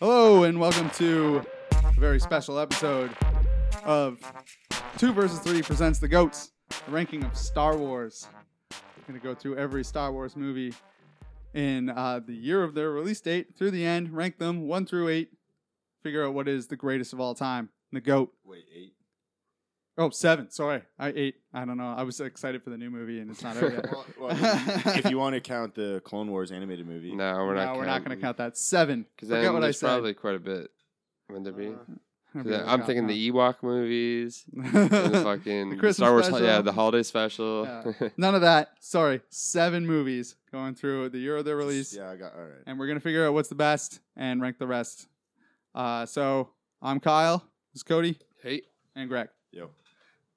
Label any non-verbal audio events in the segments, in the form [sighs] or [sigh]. Hello, and welcome to a very special episode of Two versus Three presents the Goats, a ranking of Star Wars. We're going to go through every Star Wars movie in uh, the year of their release date through the end, rank them one through eight, figure out what is the greatest of all time, the goat. Wait, eight. Oh, seven. Sorry, I eight. I don't know. I was excited for the new movie, and it's not [laughs] out yet. [laughs] [laughs] Well, well, I mean, if you want to count the Clone Wars animated movie, No, we're no, not. we're not going to count that. Seven. Because Forget then what I there's said. probably quite a bit. Wouldn't there be? Uh, 'Cause then I'm [laughs] thinking the Ewok movies, and the the fucking Christmas Star Wars, special. yeah, the holiday special. [laughs] Yeah. None of that. Sorry. Seven movies going through the year of their release. Yeah, I got all right. And we're going to figure out what's the best and rank the rest. Uh, so I'm Kyle, this is Cody, hey, and Greg. Yo,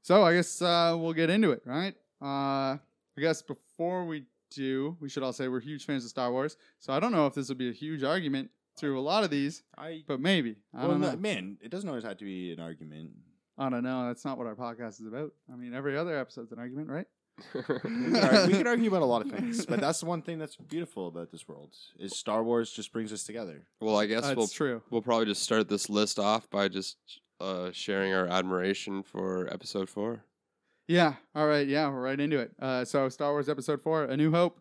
So I guess uh, we'll get into it, right? Uh, I guess before we do, we should all say we're huge fans of Star Wars. So I don't know if this will be a huge argument through a lot of these, I. but maybe. I well, don't no, know. man, it doesn't always have to be [laughs] an argument. I don't know. That's not what our podcast is about. I mean, every other episode's an argument, right? We could argue- we could argue about a lot of things, but that's the one thing that's beautiful about this world is Star Wars just brings us together. [laughs] well, I guess That's we'll true. we'll probably just start this list off by just uh, sharing our admiration for Episode Four. Yeah. All right. Yeah, we're right into it. Uh, so, Star Wars Episode Four: A New Hope,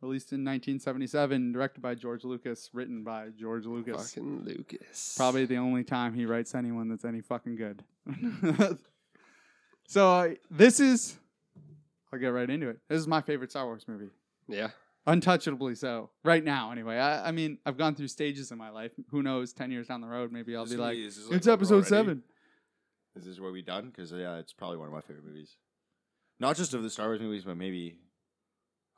released in 1977, directed by George Lucas, written by George Lucas. Fucking Lucas. Probably the only time he writes anyone that's any fucking good. [laughs] so uh, this is. I'll get right into it. This is my favorite Star Wars movie, Yeah. untouchably so. Right now, anyway. I, I mean, I've gone through stages in my life. Who knows? Ten years down the road, maybe I'll This be movie- like, is this, "It's we're Episode already- Seven. Is this where we done? Because yeah, it's probably one of my favorite movies. Not just of the Star Wars movies, but maybe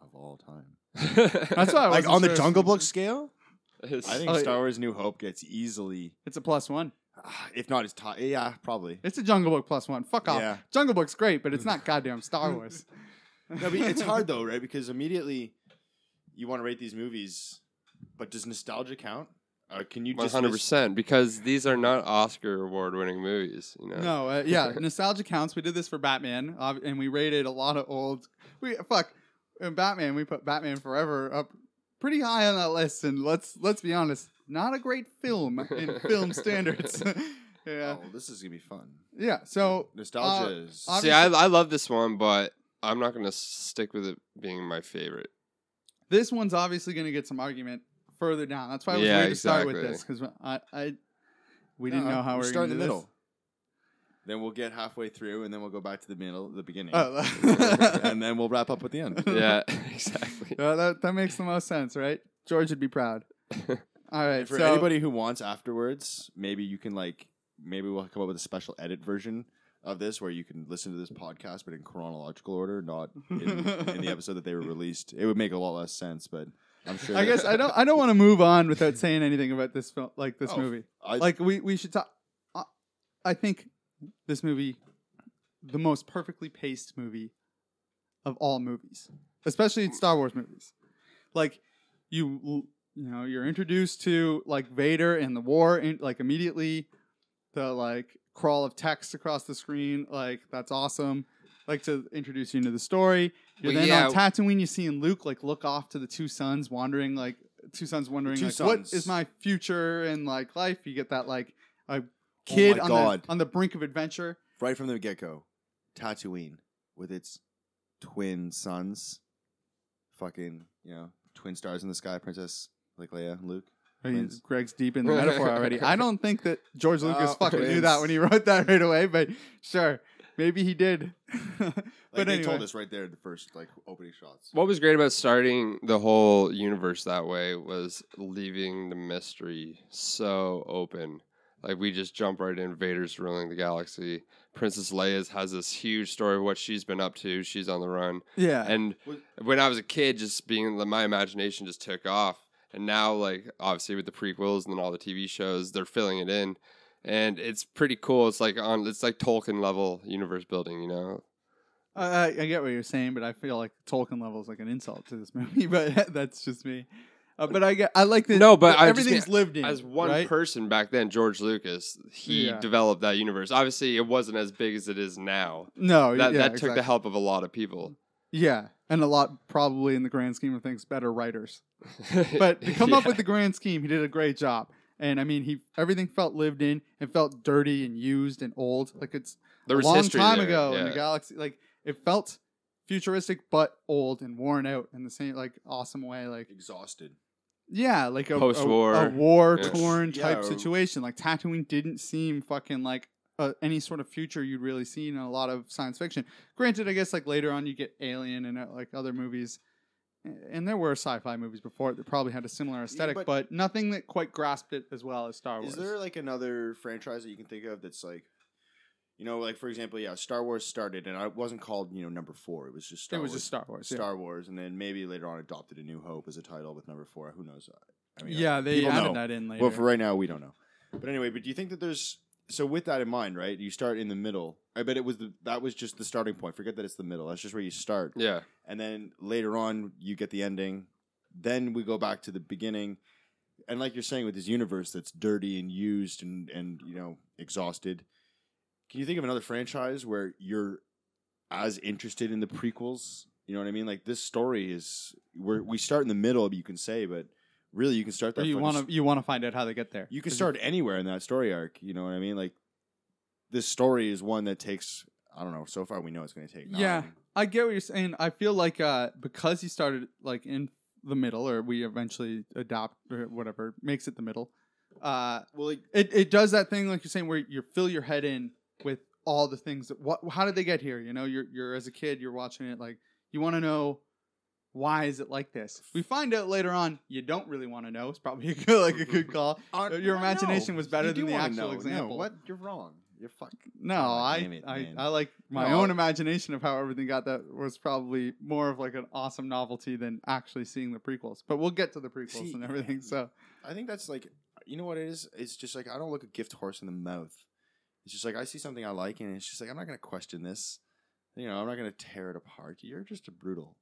of all time. That's [laughs] why I [laughs] wasn't Like on the sure if- Jungle Book scale, It's- I think Oh, yeah. Star Wars New Hope gets easily, It's a plus one. ah, [sighs] if not as top. Yeah, probably. It's a Jungle Book plus one. Fuck off. Yeah. Jungle Book's great, but it's not goddamn Star Wars. Mm. [laughs] No, but it's hard [laughs] though, right? Because immediately you want to rate these movies, but does nostalgia count? Or can you One just hundred percent, because these are not Oscar award-winning movies. You know, [laughs] No, [laughs] uh, yeah, nostalgia counts. We did this for Batman, ob- and we rated a lot of old. We fuck in Batman. We put Batman Forever up pretty high on that list, and let's let's be honest, not a great film in [laughs] film standards. [laughs] yeah, Oh, this is gonna be fun. yeah. So Nostalgia Uh, is. obvi- See, I, obviously- I love this one, but I'm not gonna stick with it being my favorite. this one's obviously going to get some argument further down. That's why I was Yeah, weird to start with exactly. this because I, I we didn't know how we we were start going to in the Uh-huh. middle. Then we'll get halfway through, and then we'll go back to the middle, the beginning, [laughs] Oh. [laughs] and then we'll wrap up with the [laughs] end. yeah, [laughs] exactly. Uh, that that makes the most sense, right? George would be proud. All right, And for so, anybody who wants afterwards, maybe you can like, maybe we'll come up with a special edit version of this where you can listen to this podcast, but in chronological order, not [laughs] in, in the episode that they were released. It would make a lot less sense, but I'm sure. I guess I don't I don't want to move on without saying anything about this film, like this Oh, movie. I- Like we we should talk. I- I think this movie, the most perfectly paced movie of all movies, especially in Star Wars movies. Like you l- you know you're introduced to like Vader and the war in, like immediately, the like crawl of text across the screen like that's awesome. Like to introduce you into the story. You're Well, then yeah. on Tatooine. You're seeing Luke like look off to the two sons wandering like two sons wondering Two like what sons. is my future and like life. You get that like a Oh kid my on God. the on the brink of adventure. right from the get go, Tatooine with its twin sons, fucking you know, twin stars in the sky, Princess like Leia and Luke. I mean, Twins. Greg's deep [laughs] in the metaphor already. I don't think that Uh, George Lucas Oh, fucking knew twins. that when he wrote that right away, but sure, maybe he did. [laughs] Like But they anyway. told us right there in the first like opening shots. What was great about starting the whole universe that way was leaving the mystery so open. Like we just jump right in. Vader's ruling the galaxy. Princess Leia's has this huge story of what she's been up to. She's on the run. yeah, [laughs] And when I was a kid, just being my imagination just took off. And now, like obviously with the prequels and then all the TV shows, they're filling it in. and it's pretty cool. It's like on it's like Tolkien level universe building, you know. I, I I get what you're saying, but I feel like Tolkien level is like an insult to this movie. [laughs] But that's just me. Uh, but I get, I like that. No, but that I just everything's mean, lived in As one right? person back then, George Lucas, he Yeah. developed that universe. Obviously, it wasn't as big as it is now. No, That Oh, yeah, that took exactly. the help of a lot of people. Yeah, and a lot probably in the grand scheme of things, better [laughs] writers. But to come up Yeah. with the grand scheme, he did a great job. And I mean, he everything felt lived in and felt dirty and used and old. Like it's there a was long history time there, ago in the yeah. galaxy. Like it felt futuristic but old and worn out in the same like awesome way. Like Exhausted. yeah, like a a- Post-war. a, war Yeah. torn Yeah, type or- situation. Like Tatooine didn't seem fucking like uh, any sort of future you'd really seen in a lot of science fiction. Granted, I guess like later on you get Alien and uh, like other movies, and there were sci-fi movies before it that probably had a similar aesthetic, but- but, nothing that quite grasped it as well as Star Wars. Is there like another franchise that you can think of that's like, you know, like for example, yeah, Star Wars started and it wasn't called you know number four. It was just Star it was Wars. just Star Wars. yeah. Star Wars, and then maybe later on adopted a New Hope as a title with number four. Who knows? I yeah, they people added know. that in later. Well, for right now, we don't know. But anyway, but do you think that there's so with that in mind, right? You start in the middle. I bet it was the, that was just the starting point. Forget that it's the middle. That's just where you start, [laughs] yeah. [laughs] and then later on you get the ending. Then we go back to the beginning, and like you're saying with this universe that's dirty and used and and you know exhausted. Can you think of another franchise where you're as interested in the prequels? You know what I mean? Like this story is where we start in the middle, you can say, but really you can start that. you fucking want to you want to find out how they get there. you can 'Cause start anywhere in that story arc. You know what I mean? Like this story is one that takes. I don't know. So far, we know it's going to take. Nine. Yeah. I get what you're saying. I feel like uh, because he started like in the middle, or we eventually adopt or whatever makes it the middle. Uh, Well, like, it it does that thing like you're saying where you fill your head in with all the things that what how did they get here? You know, you're you're as a kid, you're watching it like you want to know why is it like this. We find out later on you don't really want to know. It's probably a good, like a good call. [laughs] uh, Your no. imagination was better You than do the wanna actual know. example. No, what? You're wrong. You're fuck. No, God I, damn it, I, man. I like my No. own imagination of how everything got that was probably more of like an awesome novelty than actually seeing the prequels. But we'll get to the prequels See, and everything. So I think that's like. You know what it is? It's just like I don't look a gift horse in the mouth. It's just like I see something I like, and it's just like I'm not going to question this. You know, I'm not going to tear it apart. You're just a brutal.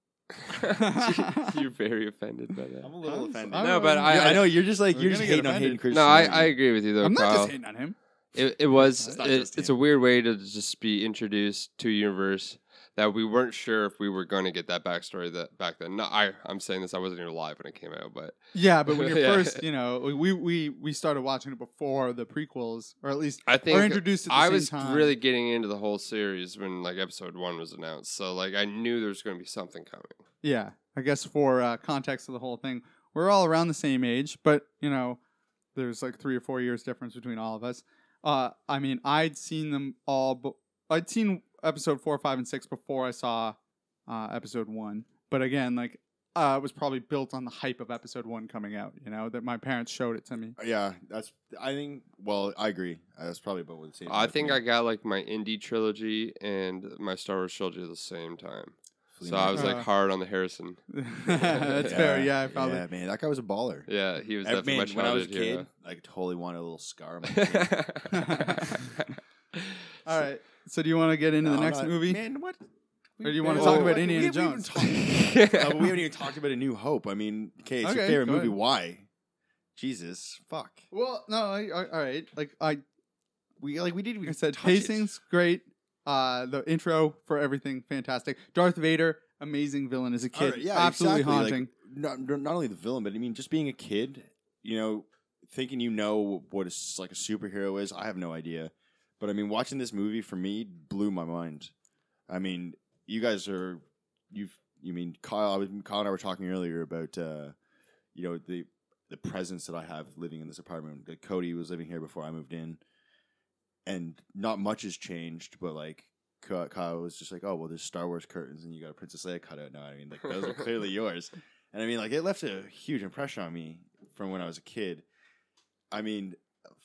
You're very offended by I'm that. a little I'm- offended. I'm- No, but I, Yeah, I, I know you're just like We're you're just gonna get hating on offended. hating Christian. No, I, I agree with you though, I'm Kyle. not just hating on him. It, it was. It's not It, just it's a him. weird way to just be introduced to a universe that we weren't sure if we were going to get that backstory that back then. No, I I'm saying this. I wasn't even alive when it came out, but Yeah, but [laughs] when you're Yeah. first, you know, we, we we started watching it before the prequels, or at least I or think introduced at the I same was time. really getting into the whole series when like episode one was announced. So like I knew there was going to be something coming. yeah. I guess for uh, context of the whole thing, we're all around the same age, but you know, there's like three or four years difference between all of us. Uh, I mean, I'd seen them all. But I'd seen episode four, five, and six before I saw uh, episode one. But again, like uh, it was probably built on the hype of episode one coming out. You know that my parents showed it to me. [laughs] Yeah, that's. I think. Well, I agree. Uh, That's probably about what the same. I think I got like my indie trilogy and my Star Wars trilogy at the same time. So I was like Uh. hard on the Harrison. That's fair. Yeah, I probably. Yeah, man, that guy was a baller. Yeah, he was I definitely mean, my when I was a childhood kid, hero. I totally wanted a little scar. [laughs] On my chin. All right. So do you want to get into No, the I'm next not- movie? man. What? Or do you wanna talk about Indiana we, haven't even Jones? talked- [laughs] No, [laughs] Uh, but [laughs] we haven't even talked about A New Hope. I mean, okay, it's your Okay, favorite go movie. ahead. Why? Jesus, fuck. Well, no. I, I, all right. Like I, We like we didn't like even I said, touch it. pacing's great. Uh, the intro for everything fantastic. Darth Vader, amazing villain as a All kid. right, absolutely exactly. Like, haunting. not, not only the villain, but I mean, just being a kid, you know, thinking you know what is like a superhero is. I have no idea, but I mean, watching this movie for me blew my mind. I mean, you guys are you've you mean Kyle? I was Kyle and I were talking earlier about uh, you know the the presence that I have living in this apartment. Like Cody was living here before I moved in, and not much has changed, but like. Ky- Kyle was just like, oh well, there's Star Wars curtains, and you got a Princess Leia cutout now. I mean, like those are clearly yours. And I mean, like, it left a huge impression on me from when I was a kid. I mean,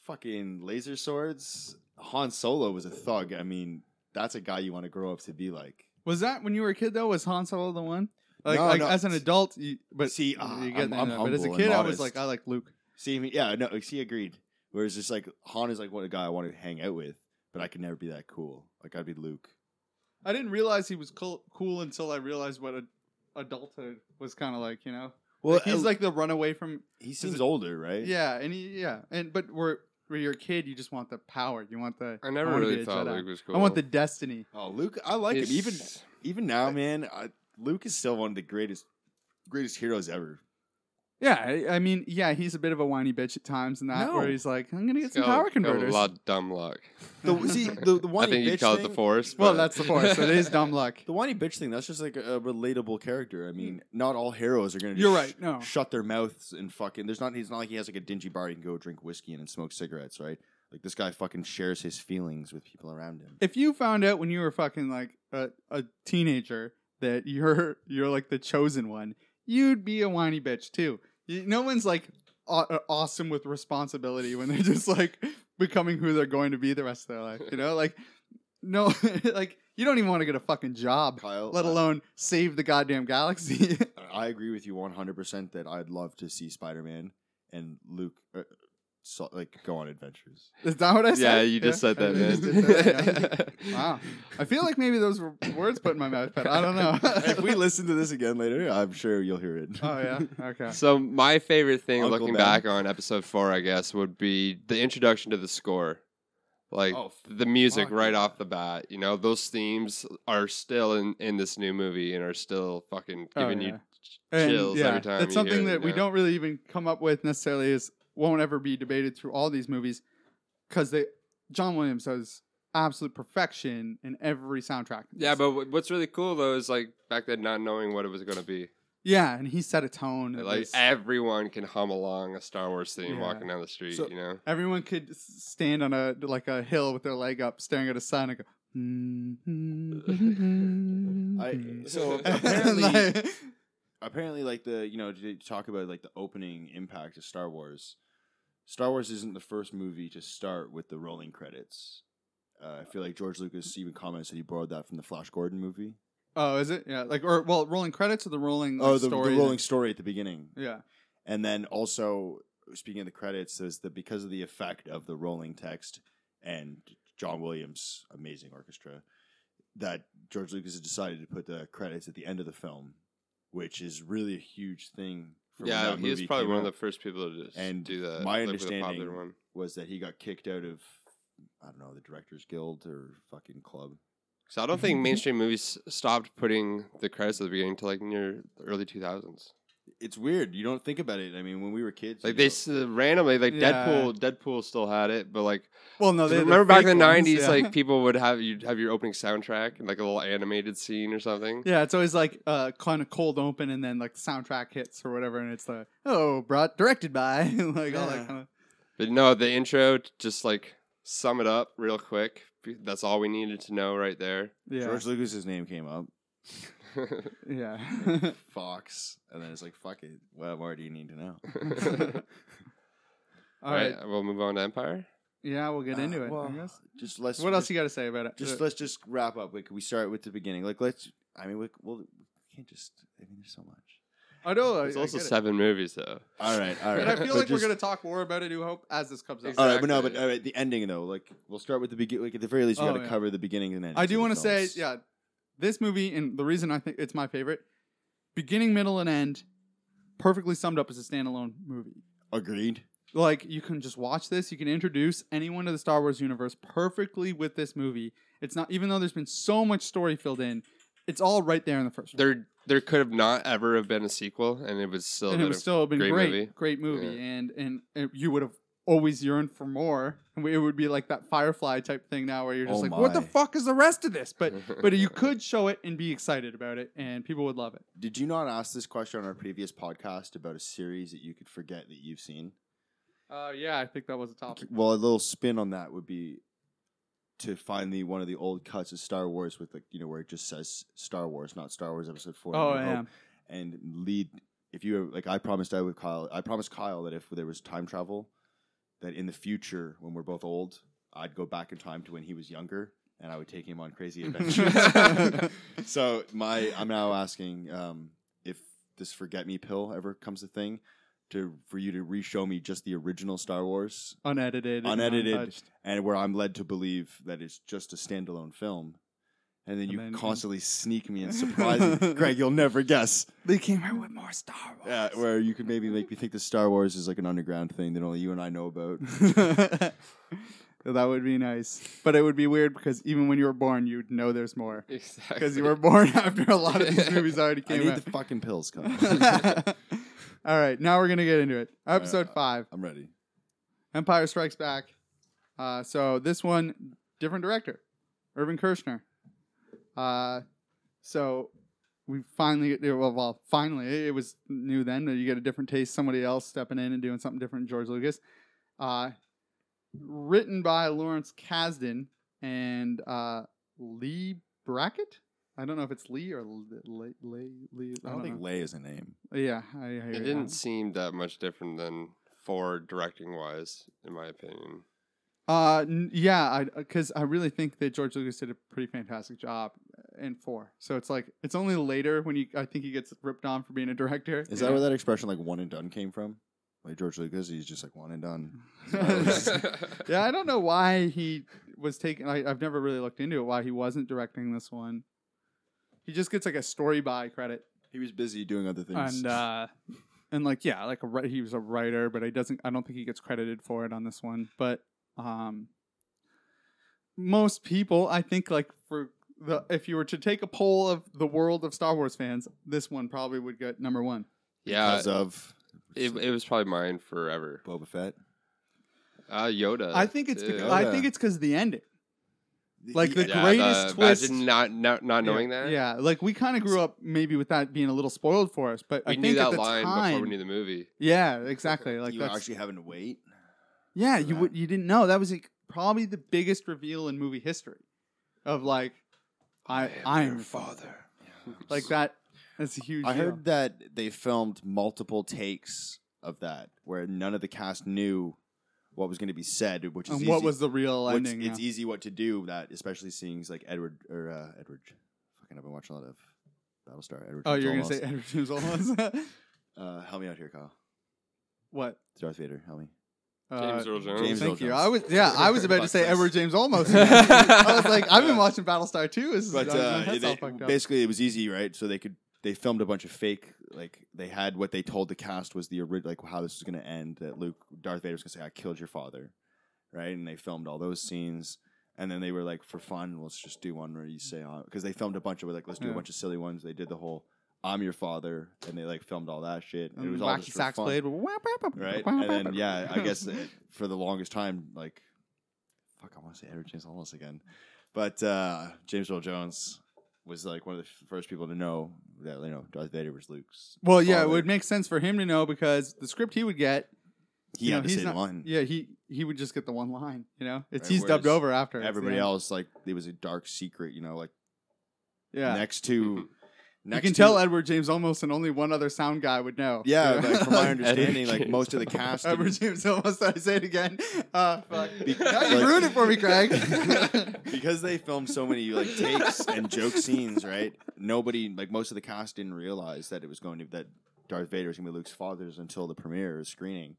fucking laser swords. Han Solo was a thug. I mean, that's a guy you want to grow up to be like. Was that when you were a kid though? Was Han Solo the one? Like, No, like no. as an adult, you, but See, you uh, get I'm- that, I'm but as a humble and kid, I was modest. like, I like Luke. See, I mean, yeah, no, see, agreed. Whereas it's like Han is like what a guy I want to hang out with, but I could never be that cool. Like I'd be Luke. I didn't realize he was cool, cool until I realized what a, adulthood was kind of like. You know, Well, uh, like, he's like the runaway from he seems older, right? uh, yeah, and he, yeah, and but where where you're a kid, you just want the power. You want the I never wanna be really a thought Jedi. Luke was cool. I want the destiny. Oh, Luke, I like him. Even He's- even now, man, I, Luke is still one of the greatest greatest heroes ever. Yeah, I, I mean, yeah, he's a bit of a whiny bitch at times, and that No. where he's like, I'm gonna get he's some got- power got converters. A lot of dumb luck. The, see, the, the one I think bitch you'd call thing, it the force. Well, but- that's the force. it is [laughs] dumb luck. The whiny bitch thing, that's just like a, a relatable character. I mean, not all heroes are going to You're right, no. shut their mouths and fucking. There's not, he's not like he has like a dingy bar you can go drink whiskey in and smoke cigarettes, right? Like this guy fucking shares his feelings with people around him. If you found out when you were fucking like a, a teenager that you're you're like the chosen one, you'd be a whiny bitch too. You, no one's like aw- uh, awesome with responsibility when they're just like becoming who they're going to be the rest of their life. You know, like no, [laughs] like you don't even want to get a fucking job, Kyle, let I- alone save the goddamn galaxy. [laughs] I agree with you 100% that I'd love to see Spider Man and Luke uh, so, like go on adventures. is that what I said? yeah, you just said I [laughs] that, just man. did that, yeah. [laughs] Wow. I feel like maybe those were words put in my mouth, but I don't [laughs] know. if we listen to this again later, I'm sure you'll hear it. [laughs] oh [laughs] yeah. Okay. So my favorite thing, Uncle looking Ben. back on episode four, I guess, would be the introduction to the score, like Oh, f- the music fuck right yeah. off the bat. You know, those themes are still in in this new movie and are still fucking Oh, giving yeah. you ch- chills every time. That's you hear something it, that you we know? don't really even come up with necessarily is won't ever be debated through all these movies because they John Williams has absolute perfection in every soundtrack. Yeah, but wh- what's really cool though is like back then not knowing what it was going to be. yeah, and he set a tone. that Like eh. was- everyone can hum along a Star Wars theme Yeah. walking down the street. So- you know, everyone could s- stand on a like a hill with their leg up, staring at a sun [laughs] and go. [laughs] [laughs] Mm-hmm. I, so And apparently, Like- apparently like the you know to talk about like the opening impact of Star Wars. Star Wars isn't the first movie to start with the rolling credits. Uh, I feel like George Lucas even comments that he borrowed that from the Flash Gordon movie. oh, is it? Yeah, like or well, rolling credits or Mm, the rolling like, oh, the, the story. rolling story at the beginning, yeah, and then also speaking of the credits, there's that because of the effect of the rolling text and John Williams' amazing orchestra, that George Lucas has decided to put the credits at the end of the film, which is really a huge thing. from when yeah, that he was movie probably came one out. of the first people to just And do that. my like, with a popular understanding- one. was that he got kicked out of I don't know the Directors Guild or fucking club. So I don't think mainstream movies stopped putting the credits at the beginning until like near the early 2000s. It's weird. You don't think about it. I mean, when we were kids, Like you they know- s- uh, randomly, like Yeah. Deadpool, Deadpool still had it, but like Well, no, they had remember back fake in the ones, 90s, yeah. [laughs] like [laughs] people would have you would have your opening soundtrack and like a little animated scene or something. Yeah, it's always like uh, kind of cold open, and then like the soundtrack hits or whatever, and it's the oh, brought directed by [laughs] and, like all Yeah. that kind of. But no, the intro t- just like sum it up real quick. Be- That's all we needed to know right there. [laughs] Yeah, George Lucas's name came up, yeah. [laughs] Fox, and then it's like fuck it. What more do you need to know? [laughs] all right. we'll move on to Empire. Yeah, we'll get into Uh, it. I well, guess. Just let's. What else just, you got to say about it? Just Uh, let's just wrap up. Like we start with the beginning. Like let's. I mean, we, well, we can't just. I mean, there's so much. I know. I, There's Oh, I also get it. seven movies though. All right, all [laughs] right. And I feel But like we're just- gonna talk more about a New Hope as this comes up. All right, but no, but Exactly. all right, the ending though. Like we'll start with the beginning. Like at the very least, we Oh, got to yeah. cover the beginning and end. I do want to say, yeah, this movie and the reason I think it's my favorite, beginning, middle, and end, perfectly summed up as a standalone movie. Agreed. like you can just watch this you can introduce anyone to the star wars universe perfectly with this movie it's not even though there's been so much story filled in it's all right there in the first one There, there could have not ever have been a sequel, and it was still and it been was a still been great great great movie. movie, and, and and you would have always yearned for more and it would be like that firefly type thing now where you're just Oh like what the my. fuck is the rest of this but [laughs] but you could show it and be excited about it and people would love it Did you not ask this question on our previous podcast about a series that you could forget that you've seen? uh, yeah i think that was a topic Well, a little spin on that would be to find the one of the old cuts of Star Wars with like you know where it just says Star Wars, not Star Wars Episode Four. oh New Hope, yeah and lead. If you like, I promised I would Kyle. I promised Kyle that if there was time travel, that in the future when we're both old, I'd go back in time to when he was younger, and I would take him on [laughs] crazy adventures. so my, I'm now asking um, if this forget me pill ever comes a thing. to for you to re-show me just the original Star Wars, unedited, and uh, Unedited. untouched. and where I'm led to believe that it's just a standalone film, and then And you then- constantly sneak me [laughs] and surprise me, Greg. You'll never guess. They came out with more Star Wars. [laughs] Yeah, where you could maybe make me think that Star Wars is like an underground thing that only you and I know about. that would be nice, but it would be weird because even when you were born, you'd know there's [laughs] more [laughs] Exactly. because you were born [laughs] after a lot of these movies already [laughs] I came need out. the fucking pills, [laughs] come. All right, now we're gonna get into it. Episode Uh, five, [laughs] I'm ready. Empire Strikes Back. Uh, so this one, different director, Irvin Kershner. Uh, so we finally, well, well, finally, it was new then. that You get a different taste, somebody else stepping in and doing something different. George Lucas. Uh, written by Lawrence Kasdan and uh, Lee Brackett. I don't know if it's Lee or Lee. Lee, Lee I don't, think know. Lay is a name. Yeah, I hear It ya. didn't seem that much different than Ford directing wise, in my [laughs] opinion. Uh, n- yeah, because I, really think that George Lucas did a pretty fantastic job uh, in four. So it's like it's only later when you I think he gets ripped on for being a director. Is that where that expression like one and done came from? Like George Lucas, he's just like one and done. yeah, [laughs] I don't know why he was taken. I, I've never really looked into it. Why he wasn't directing this one? He just gets like a story by credit He was busy doing other things. [laughs] and uh, and like yeah, like a, wri- he was a writer, but I doesn't. I don't think he gets credited for it on this one. But um, most people, I think, like for the if you were to take a poll of the world of Star Wars fans, this one probably would get number one. [laughs] yeah, because of it, it was probably mine forever. Boba Fett. Uh, Yoda. I think it's too. because, I think it's because the ending, like the E Yeah, greatest the- twist. Imagine not not, not knowing yeah, that. yeah. Like we kind of grew up maybe with that being a little spoiled for us, but we I think knew at that the line time, before we knew the movie. yeah, exactly. Like you were that's, actually having to wait. Yeah, for you that. would you didn't know that was like, probably the biggest reveal in movie history, of like, I I am father, [laughs] like that. That's a huge. I deal. heard that they filmed multiple takes of that, where none of the cast knew what was going to be said, which is And easy. what was the real which- ending? It's yeah. easy what to do that, especially seeing like Edward or uh, Edward. Fucking, I've been watching a lot of Battlestar. Edward Oh, James you're gonna Olmos. say Edward James Olmos? [laughs] Uh, help me out here, Kyle. what? uh, Darth Vader, help me. James Earl Jones. James Thank you. Earl Jones. I was yeah. I [laughs] was about to say Fuck, Edward James thanks. Olmos. again. [laughs] I was like, I've been Yeah. watching Battlestar too. This is- But I mean, uh, that's they- all fucked up. basically, it was easy, right? So they could they filmed a bunch of fake, like they had what they told the cast was the original, like how this was going to end. That Luke, Darth Vader was going to say, "I killed your father," right? And they filmed all those scenes, and then they were like, for fun, let's just do one where you say, because they filmed a bunch of like, let's do Yeah. a bunch of silly ones. They did the whole. I'm your father, and they like filmed all that shit. And it And was all wacky just for sax fun, played, right? And then yeah, I [laughs] guess it, for the longest time, like, fuck, I want to say Edward James Olmos again, but uh, James Earl Jones was like one of the f- first people to know that you know Darth Vader was Luke's. Well, yeah, it father. would make sense for him to know because the script he would get He you know, had to he's say not- the line. Yeah, he he would just get the one line. You know, it's Right, he's dubbed whereas over after it's Everybody the end. else, like, it was a dark secret, you know, like Yeah, next to. you Next can to- tell Edward James almost, and only one other sound guy would know. [laughs] Yeah, You know? like, from my Edward understanding, like James most of the cast. Edward didn't- James almost. I say it again. Uh, [laughs] fuck. [laughs] Be- now you like- ruined it for me, Craig. because they filmed so many like takes and joke scenes, right? Nobody, like most of the cast, didn't realize that it was going to that Darth Vader was going to be Luke's father until the premiere or screening.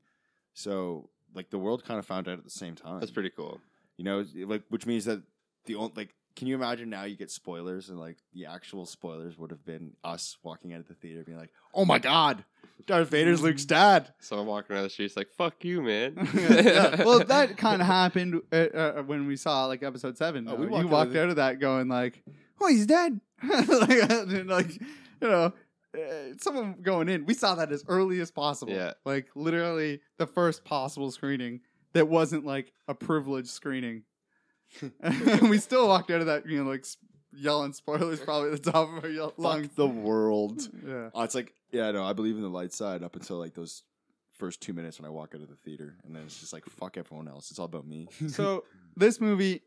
So, like, the world kind of found out at the same time. [laughs] That's pretty cool. you know, like which means that the only like. Can you imagine now you get spoilers and like the actual spoilers would have been us walking out of the theater being like, "Oh my god, Darth [laughs] Vader's Luke's dad." Someone walking around the streets like, "Fuck you, man." [laughs] Yeah, yeah. Well, [laughs] that kind [laughs] of happened uh, uh, when we saw like episode seven. though. Oh, we you walked walked out of out of that going like, "Oh, he's dead!" [laughs] like, and, like, you know, uh, someone going in. We saw that as early as possible. Yeah. like literally the first possible screening that wasn't like a privileged [laughs] screening. [laughs] And we still walked out of that, you know, like s- yelling spoilers probably at the top of our yell- lungs. Fuck the world. Yeah. Oh, it's like yeah, no, I believe in the light side up until like those first two minutes when I walk out of the theater, and then it's just like fuck everyone else. It's all about [laughs] me. So this movie,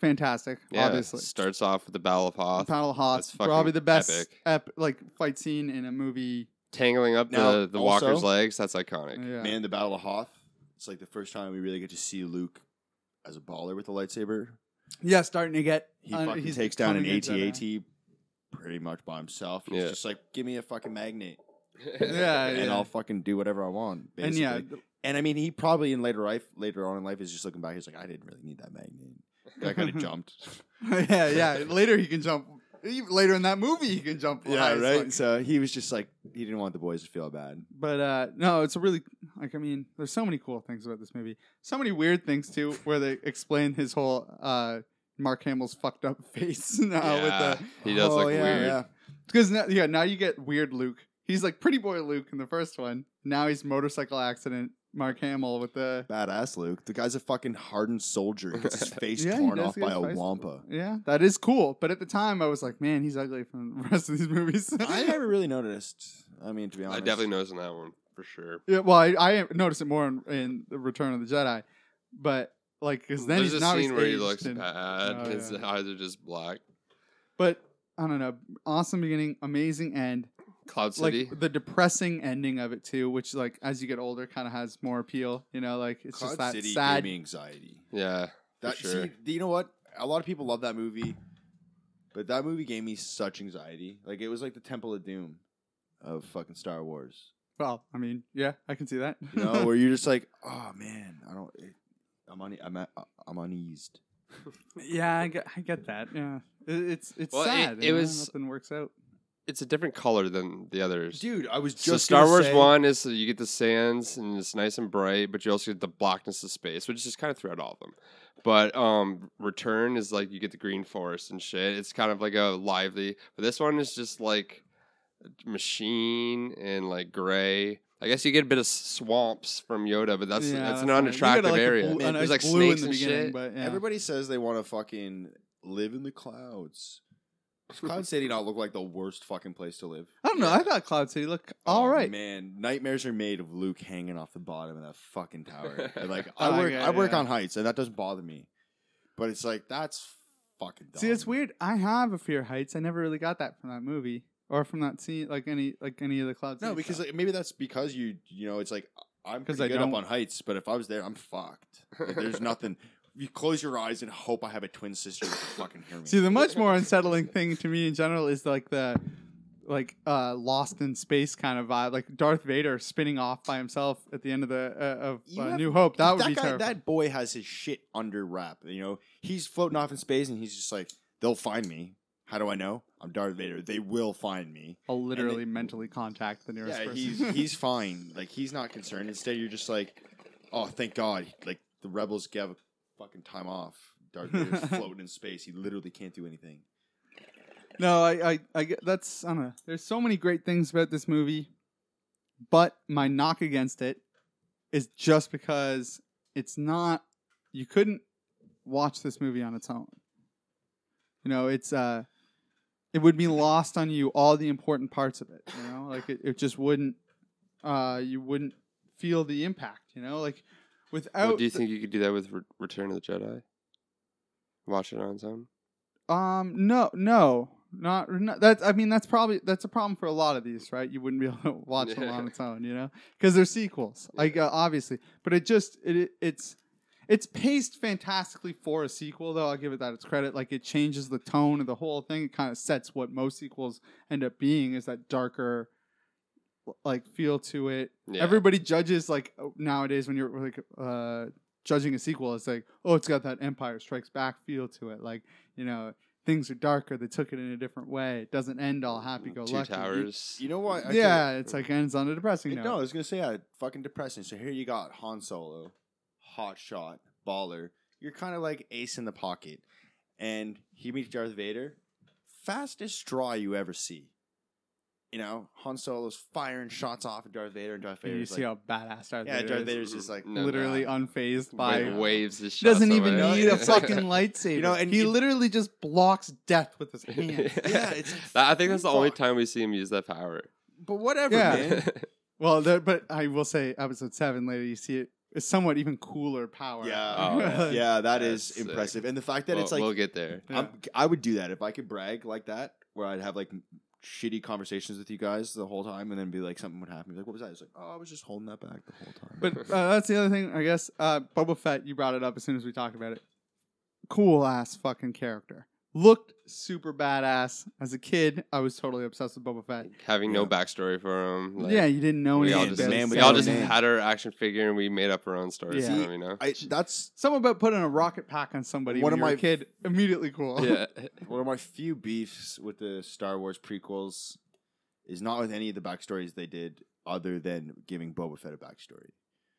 fantastic. Yeah, Obviously, starts off with the Battle of Hoth, Battle of Hoth, That's fucking probably the best epic. ep- like fight scene in a movie. tangling up Now, the, the also- walker's legs. That's iconic. [laughs] Yeah. Man, the Battle of Hoth. It's like the first time we really get to see Luke as a baller with a lightsaber. yeah, starting to get He uh, fucking he's takes down an coming into that. AT-AT pretty much by himself. He's Yeah. just like, give me a fucking magnet. Yeah, and yeah. I'll fucking do whatever I want. and Basically. yeah, and I mean, he probably in later life, later on in life, is just looking back. He's like, I didn't really need that magnet. I [laughs] kind of jumped. [laughs] yeah, [laughs] yeah. Later he can jump. even Later in that movie, he can jump. high as fuck. So he was just like, he didn't want the boys to feel bad. But uh, no, it's a really like I mean, there's so many cool things about this movie. So many weird things too, where they explain his whole uh, Mark Hamill's fucked up [laughs] face now with Yeah, the he does Oh, look yeah, weird. yeah. because now, yeah now you get weird Luke. He's like pretty boy Luke in the first one. Now he's motorcycle accident Mark Hamill with the Badass Luke. The guy's a fucking hardened soldier. He [laughs] gets his face Yeah, he torn does off get by his a face- wampa. yeah that is cool. But at the time I was like, man, he's ugly from the [laughs] rest of these movies. I never really noticed. I mean, to be I honest, definitely noticed in that one for sure. [laughs] Yeah, well, I, I noticed it more in, in the Return of the Jedi, but like because then There's he's a now he's scene where he aged looks and- bad. Oh, His yeah. eyes are just black. But I don't know. Awesome beginning, amazing end. Cloud City. Like the depressing ending of it too, which like as you get older, kind of has more appeal. You know, like it's Cloud just that City sad. gave me anxiety. yeah, That for sure. see, do you know what? A lot of people love that movie, but that movie gave me such anxiety. Like it was like the Temple of Doom of fucking Star Wars. Well, I mean, yeah, I can see that. [laughs] You know, where you're just like, oh man, I don't. It, I'm on. I'm at, I'm uneased. yeah, I get, I get that. Yeah, it, it's it's Well, it- sad. it you know, was- nothing works out. it's a different color than the others. Dude, I was just so Star gonna Wars say- One is so you get the sands and it's nice and bright, but you also get the blackness of space, which is kind of throughout all of them. But um, Return is like you get the green forest and shit. It's kind of like a lively. But this one is just like uh, machine and like gray. I guess you get a bit of swamps from Yoda, but that's yeah, that's, fine. You an get, unattractive like, a area. Blue, a Man, nice There's like blue in snakes the and beginning, shit. but yeah. Everybody says they want to fucking live in the clouds. Does Cloud City not look like the worst fucking place to live? I don't know. I thought Cloud City looked all Oh, right. man. Nightmares are made of Luke hanging off the bottom of that [laughs] fucking tower. And, like I I like work, it, I work yeah. on heights, and that doesn't bother me. But it's like that's fucking. Dumb. See, it's weird. I have a fear of heights. I never really got that from that movie or from that scene, like any like any of the Cloud City. No, because stuff. like, maybe that's because you you know it's like I'm 'Cause pretty I good up don't- on heights, but if I was there, I'm fucked. [laughs] Like, there's nothing. You close your eyes and hope I have a twin sister to fucking hear me. See, the much more unsettling thing to me in general is like the like uh lost in space kind of vibe, like Darth Vader spinning off by himself at the end of the uh, of You uh, have- New Hope. That would be guy, terrifying. That boy has his shit under wrap. You know, he's floating off in space, and he's just like, "They'll find me. How do I know? I'm Darth Vader. They will find me." I'll literally and mentally contact the nearest Yeah, person. he's [laughs] he's fine. Like he's not concerned. Instead, you're just like, "Oh, thank God! Like the rebels gave fucking time off. Darth Vader's [laughs] floating in space. He literally can't do anything." no, I, I, I get that's I don't know. There's so many great things about this movie, but my knock against it is just because it's not. You couldn't watch this movie on its own. You know, it's uh, it would be lost on you all the important parts of it. You know, like it, it just wouldn't. Uh, you wouldn't feel the impact. You know, like without. Well, do you think you could do that with Re- Return of the Jedi? Watch it on its own. Um, no, no, not, not that's. I mean, that's probably that's a problem for a lot of these, right? You wouldn't be [laughs] able to watch them Yeah. on its own, you know, because they're sequels, like uh, obviously. But it just it, it it's it's paced fantastically for a sequel, though. I'll give it that its credit. Like it changes the tone of the whole thing. It kind of sets what most sequels end up being is that darker like feel to it. Yeah. Everybody judges like oh, nowadays when you're like uh judging a sequel, it's like, oh, it's got that Empire Strikes Back feel to it. Like, you know, things are darker. They took it in a different way. It doesn't end Mm, all happy go Two lucky. Towers. You know what? yeah, it's like ends on a depressing No, I note. was gonna say, yeah, fucking depressing. So here you got Han Solo, hot shot, baller. You're kind of like ace in the pocket, and he meets Darth Vader, fastest draw you ever see. You know, Han Solo's firing shots off at Darth Vader, and Darth And you Vader's see like, how badass Darth yeah, Vader Darth is. Vader's just like, "Mm." No, literally nah. unfazed by. Wa- waves his He doesn't shots even away. [laughs] need a [laughs] fucking lightsaber. You know, and he you- literally just blocks death with [laughs] his hands. yeah, it's like, [laughs] I think that's the only fuck. time we see him use that power. but whatever, [laughs] Yeah. [laughs] man. well, there, but I will say, episode seven later, you see it. It's somewhat even cooler power. [laughs] Oh, yeah, [laughs] yeah, that is That's sick. impressive. And the fact that we'll, it's like we'll [laughs] get there. I'm, I would do that if I could brag like that, where I'd have like shitty conversations with you guys the whole time, and then be like something would happen. Be like, what was that? It's like, oh, I was just holding that back the whole time. But uh, that's the other thing, I guess. Uh, Boba Fett, you brought it up as soon as we talked about it. Cool ass fucking character. looked super badass as a kid. I was totally obsessed with Boba Fett. having no Yeah. backstory for him. Like, yeah, you didn't know we all anything. just, about man, his we all know character. just name. had our action figure and we made up our own stories. Yeah. Yeah. You know, I, [laughs] that's Something about putting a rocket pack on somebody when One of you're a my- kid immediately cool. [laughs] yeah, one of my few beefs with the Star Wars prequels is not with any of the backstories they did, other than giving Boba Fett a backstory. [laughs]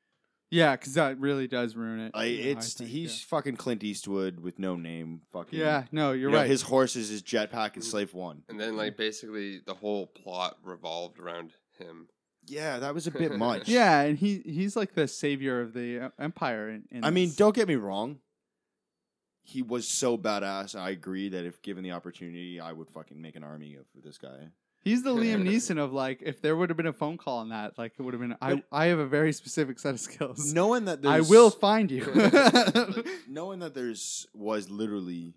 yeah, because that really does ruin it. I, you know, it's think, he's fucking Clint Eastwood with no name. Fucking yeah. Yeah, no, you you're know, right. His horse is his jetpack and Slave One. Mm. and then like basically the whole plot revolved around him. Yeah, that was [laughs] a bit much. yeah, and he he's like the savior of the uh, empire. In, in I mean, this. don't get me wrong. He was so badass. and I agree that if given the opportunity, I would fucking make an army of this guy. He's the [laughs] Liam Neeson of like, if there would have been a phone call on that, like it would have been. I, I have a very specific set of skills. Knowing that I there's, will find [laughs] you. knowing that there's was literally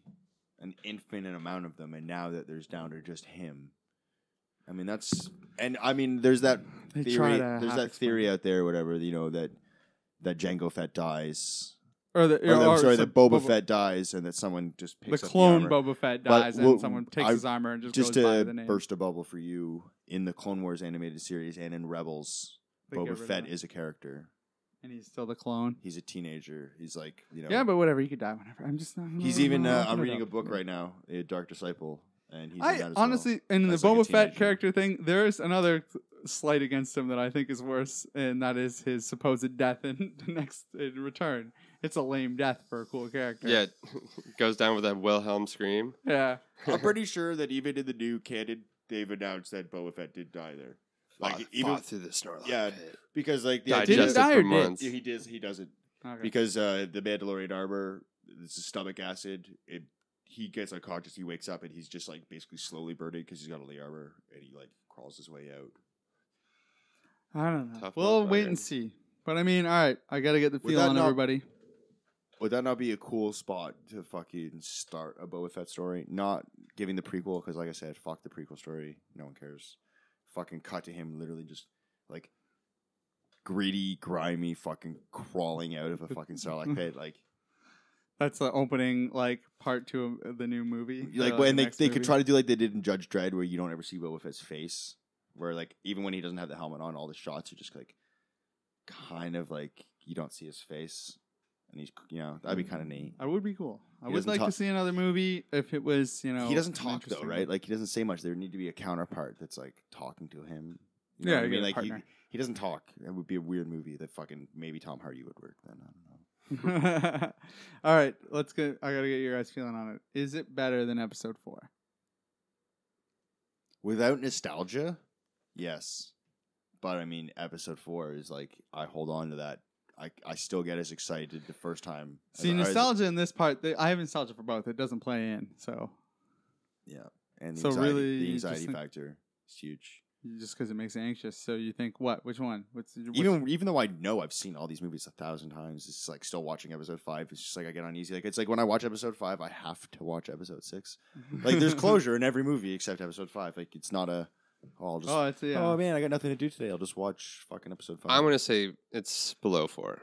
an infinite amount of them, and now that there's down to just him. I mean, that's and I mean, there's that They theory. try to There's half that explain theory out there, whatever you know that that Jango Fett dies. or the, or Or, I'm sorry, some that Boba, Fett dies, and that someone just the picks up clone the armor. Boba Fett But dies, we'll- and someone takes I- his armor and just, just goes by to the name. burst a bubble for you in the Clone Wars animated series and in Rebels, They get Boba rid of Fett him. is a character. and he's still the clone. He's a teenager. He's like you know. Yeah, but whatever. He could die whenever. I'm just. I'm he's not- even. not Uh, looking I'm it reading a up. book right now, a Dark Disciple, and he's in that I as well. honestly, in the As, like, a Boba Fett teenager. character thing, there is another th- slight against him that I think is worse, and that is his supposed death in [laughs] the next in Return. It's a lame death for a cool character. Yeah, [laughs] goes down with that Wilhelm scream. yeah. I'm pretty sure that even in the new canon, they've announced that Boba Fett did die there. Like Fought- even fought through the Snorlax yeah, pit. because like the idea- Did he Digested die or for did- months. he does he doesn't Okay. because uh, the Mandalorian armor, this is stomach acid. It he gets unconscious. He wakes up and he's just like basically slowly burning because he's got all the armor and he like crawls his way out. I don't know. Tough we'll wait and motherfucker. see. But I mean, all right, I gotta get the Would feel that on not- everybody. Would that not be a cool spot to fucking start a Boba Fett story? Not giving the prequel because, like I said, fuck the prequel story. No one cares. Fucking cut to him literally just like greedy, grimy, fucking crawling out of a fucking Sarlacc pit. Like, That's the opening, like part two of [laughs] the new movie. like uh, when the they, next they could movie. try to do like they did in Judge Dredd, where you don't ever see Boba Fett's face, where like even when he doesn't have the helmet on, all the shots are just like kind of like you don't see his face, and he's you know that'd be kind Mm. of neat. I would be cool. I He would doesn't like to talk. see another movie if it was, you know. he doesn't an talk though, interesting- right? Like he doesn't say much. There would need to be a counterpart that's like talking to him. You Yeah, what you get a like he, partner. he doesn't talk. It would be a weird movie that fucking maybe Tom Hardy would work. Then I don't know. [laughs] all right, let's go. I gotta get your guys' feeling on it. Is it better than episode four? Without nostalgia, yes, but I mean, episode four is like I hold on to that. I, I still get as excited the first time. as See, I- as- nostalgia in this part, they, I have nostalgia for both. It doesn't play in, so yeah, and the So anxiety, really, the you just anxiety think- factor is huge. just because it makes you anxious, so you think what? Which one? What's which, Even even though I know I've seen all these movies a thousand times, it's like still watching episode five. It's just like I get uneasy. Like it's like when I watch episode five, I have to watch episode six. Like [laughs] there's closure in every movie except episode five. Like it's not a oh I'll just oh, oh, it's yeah. man I got nothing to do today. I'll just watch fucking episode five. I'm gonna say it's below four.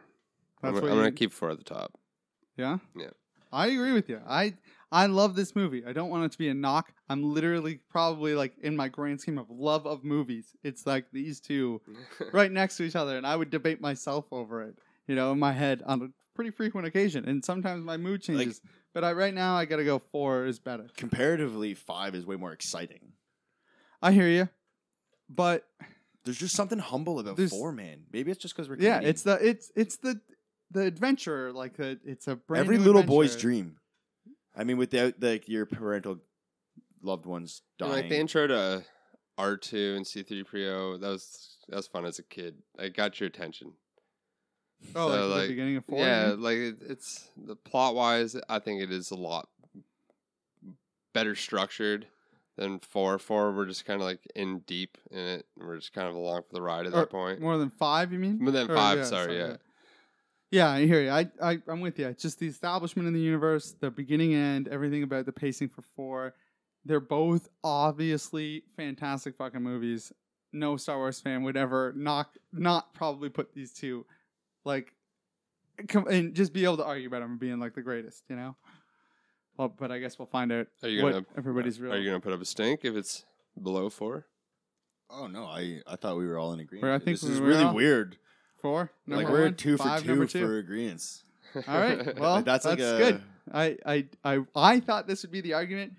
I'm, That's gonna- what I'm you- gonna keep four at the [laughs] top. Yeah. Yeah. I agree with you. I I love this movie. I don't want it to be a knock. I'm literally probably like in my grand scheme of love of movies. It's like these two right next to each other, and I would debate myself over it. You know, in my head on a pretty frequent occasion, and sometimes my mood Like- changes. but I right now I gotta go four is better. comparatively five is way more exciting. I hear you, but There's just something humble about There's- four man. Maybe it's just because we're yeah, Canadian. it's the it's it's the the adventure like the, it's a brand every new little boy's adventure. dream. I mean, without like your parental loved ones And, dying, like the intro to R two and C three PO. That was that was fun as a kid. It got your attention. Oh, So, like, the like, beginning of four. you yeah, mean? like it, it's the plot wise. I think it is a lot better structured than four. Four, we're just kind of like in deep in it. and We're just kind of along for the ride at Or Oh, that point. More than five, you mean? More than Or, five, sorry, yeah. Yeah, I hear you. I, I, I'm with you. It's just the establishment in the universe, the beginning and everything about the pacing for four. They're both obviously fantastic fucking movies. No Star Wars fan would ever knock, not probably put these two, like, com- and just be able to argue about them being like the greatest, you know? Well, but I guess we'll find out Are you what gonna- uh, everybody's real. Are you gonna put up a stink if it's below four? Oh no, I, I thought we were all in agreement. Where I think this is we were really all- weird. Four. like Number we're one, two for five, two, number for agreements. All right. [laughs] Well, Like, that's, that's like a- good. I, I I I thought this would be the argument,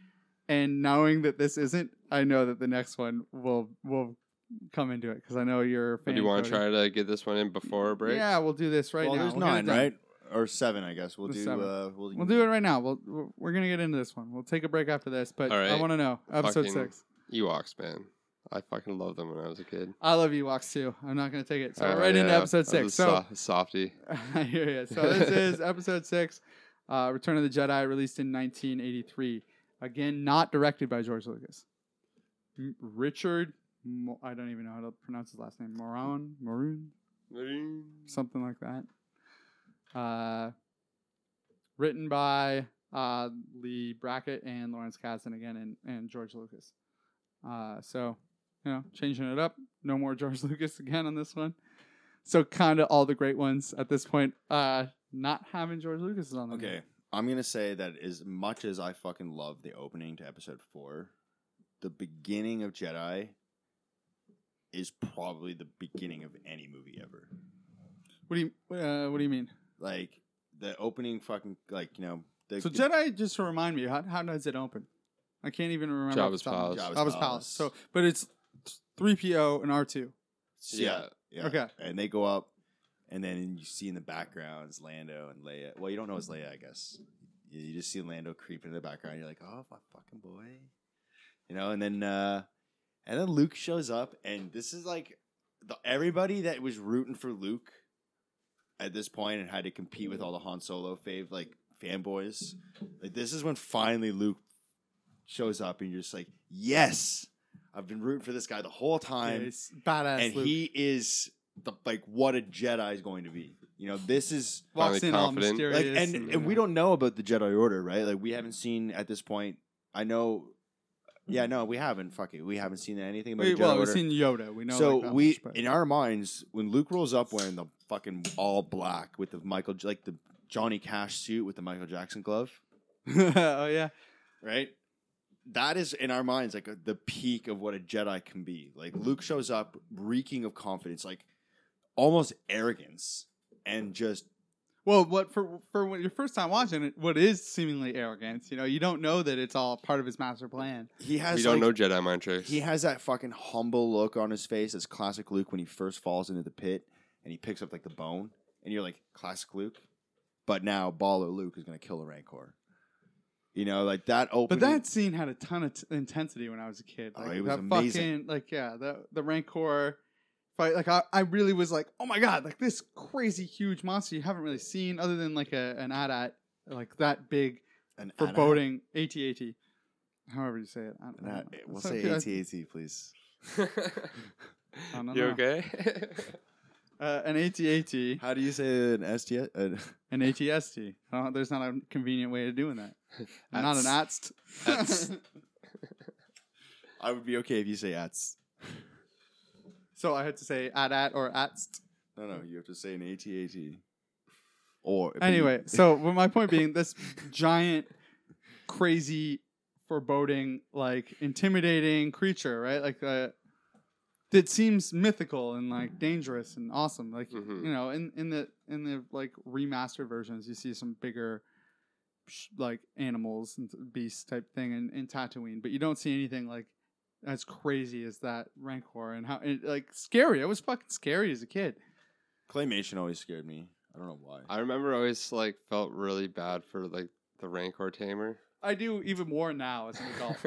and knowing that this isn't, I know that the next one will will come into it because I know you're. a But Fan do you want to Cody. try to get this one in before a break? Yeah, we'll do this right well, now. there's We'll get it nine, done. right? Or seven, I guess. We'll There's do. seven. Uh, we'll, We'll do it right now. We'll we're- we're gonna get into this one. We'll take a break after this, but All right. I want to know episode Fucking- six. Ewoks, man. I fucking loved them when I was a kid. I love Ewoks too. I'm not gonna take it. So Uh, we're right into yeah, episode I six. was a So so- softy. [laughs] I hear you. So this is episode six, uh, Return of the Jedi, released in 1983. Again, not directed by George Lucas. M- Richard, Mo- I don't even know how to pronounce his last name. Moron, Maroon, something like that. Uh, written by uh, Lee Brackett and Lawrence Kasdan again, and, and George Lucas. Uh, so, you know, changing it up. No more [laughs] George Lucas again on this one. So, kind of all the great ones at this point. Uh, not having George Lucas is on them. Okay, I'm gonna say that as much as I fucking love the opening to episode four, the beginning of Jedi is probably the beginning of any movie ever. What do you uh, What do you mean? Like the opening, fucking like you know. The, So Jedi, just to remind me, how, how does it open? I can't even remember. off Jabba's the top of my- Palace. Jabba's Jabba's Palace. Palace. So, but it's three PO and R two. yeah, yeah. Okay. and they go up, and then you see in the backgrounds Lando and Leia. Well, you don't know it's Leia, I guess. You, you just see Lando creeping in the background. You're like, oh my fucking boy, you know. And then, uh and then Luke shows up, and this is like the, everybody that was rooting for Luke at this point and had to compete with all the Han Solo fave like fanboys. Like this is when finally Luke shows up, and you're just like, yes. I've been rooting for this guy the whole time It's badass. and Luke. he is the like what a Jedi is going to be. You know, this is walks Finally uh, in all confident. mysterious. like, and and we don't know about the Jedi Order, right? Like, we haven't seen at this point. I know, yeah, no, we haven't. Fuck it, we haven't seen anything about We, the Jedi well, we've Order. seen Yoda. We know. so like, that we, much, but- in our minds, when Luke rolls up wearing the fucking all black with the Michael, like the Johnny Cash suit with the Michael Jackson glove, [laughs] oh yeah. right? That is in our minds like uh, the peak of what a Jedi can be. Like Luke shows up reeking of confidence, like almost arrogance, and just Well, what for for when your first time watching it, what is seemingly arrogance? You know, you don't know that it's all part of his master plan. he has. We don't like- know Jedi mind tricks. [laughs] [laughs] He has that fucking humble look on his face. That's classic Luke when he first falls into the pit and he picks up like the bone, and you're like classic Luke, but now baller Luke is gonna kill a Rancor. You know, like that opening. But that scene had a ton of t- intensity when I was a kid. Oh, Like, it was that amazing. Fucking, like yeah, the the Rancor fight. Like I, I really was like, oh my god, like this crazy huge monster you haven't really seen other than like a an AT-AT, like that big an ad- foreboding AT-AT. However you say it, I don't [laughs] an know. ad- We'll It's say okay. ATAT, please. I don't you know. [laughs] okay? Uh, an AT-AT. How do you say an ST? An, An ATST. I don't, there's not a convenient way of doing that. And not an atst. Atst. I would be okay if you say ATS. [laughs] so I had to say at at or atst. No, no, you have to say an ATAT. Or [laughs] Anyway, so well, my point being, this giant, crazy, foreboding, like intimidating creature, right? Like uh, that seems mythical and like dangerous and awesome. Like Mhm. you know, in in the in the like remastered versions, you see some bigger sh- like animals and beasts type thing in, in Tatooine, but you don't see anything like as crazy as that Rancor and how and, like scary. I was fucking scary as a kid. claymation always scared me. I don't know why. I remember I always like felt really bad for like the Rancor tamer. I do even more now as an [laughs] adult.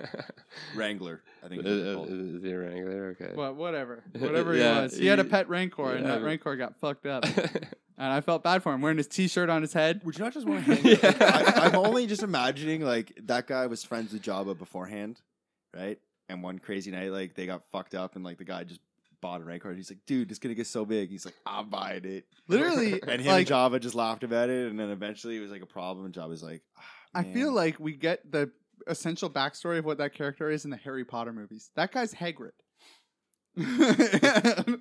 Wrangler, I think. Is- is what they're is- called. is he a Wrangler? Okay. But whatever, whatever he Yeah, was, he had a you- pet Rancor, and yeah. that Rancor got fucked [laughs] up, and I felt bad for him wearing his T-shirt on his head. Would you not [laughs] just want to hang? Yeah. I, I'm only just imagining like that guy was friends with Jabba beforehand, right? And one crazy night, like they got fucked up, and like the guy just bought a Rancor. And he's like, "Dude, it's gonna get so big." He's like, "I'm buying it." Literally, [laughs] And him like and Java just laughed about it, and then eventually it was like a problem. And Java's like, "Ah, I feel man." like we get the essential backstory of what that character is in the Harry Potter movies. That guy's Hagrid. [laughs]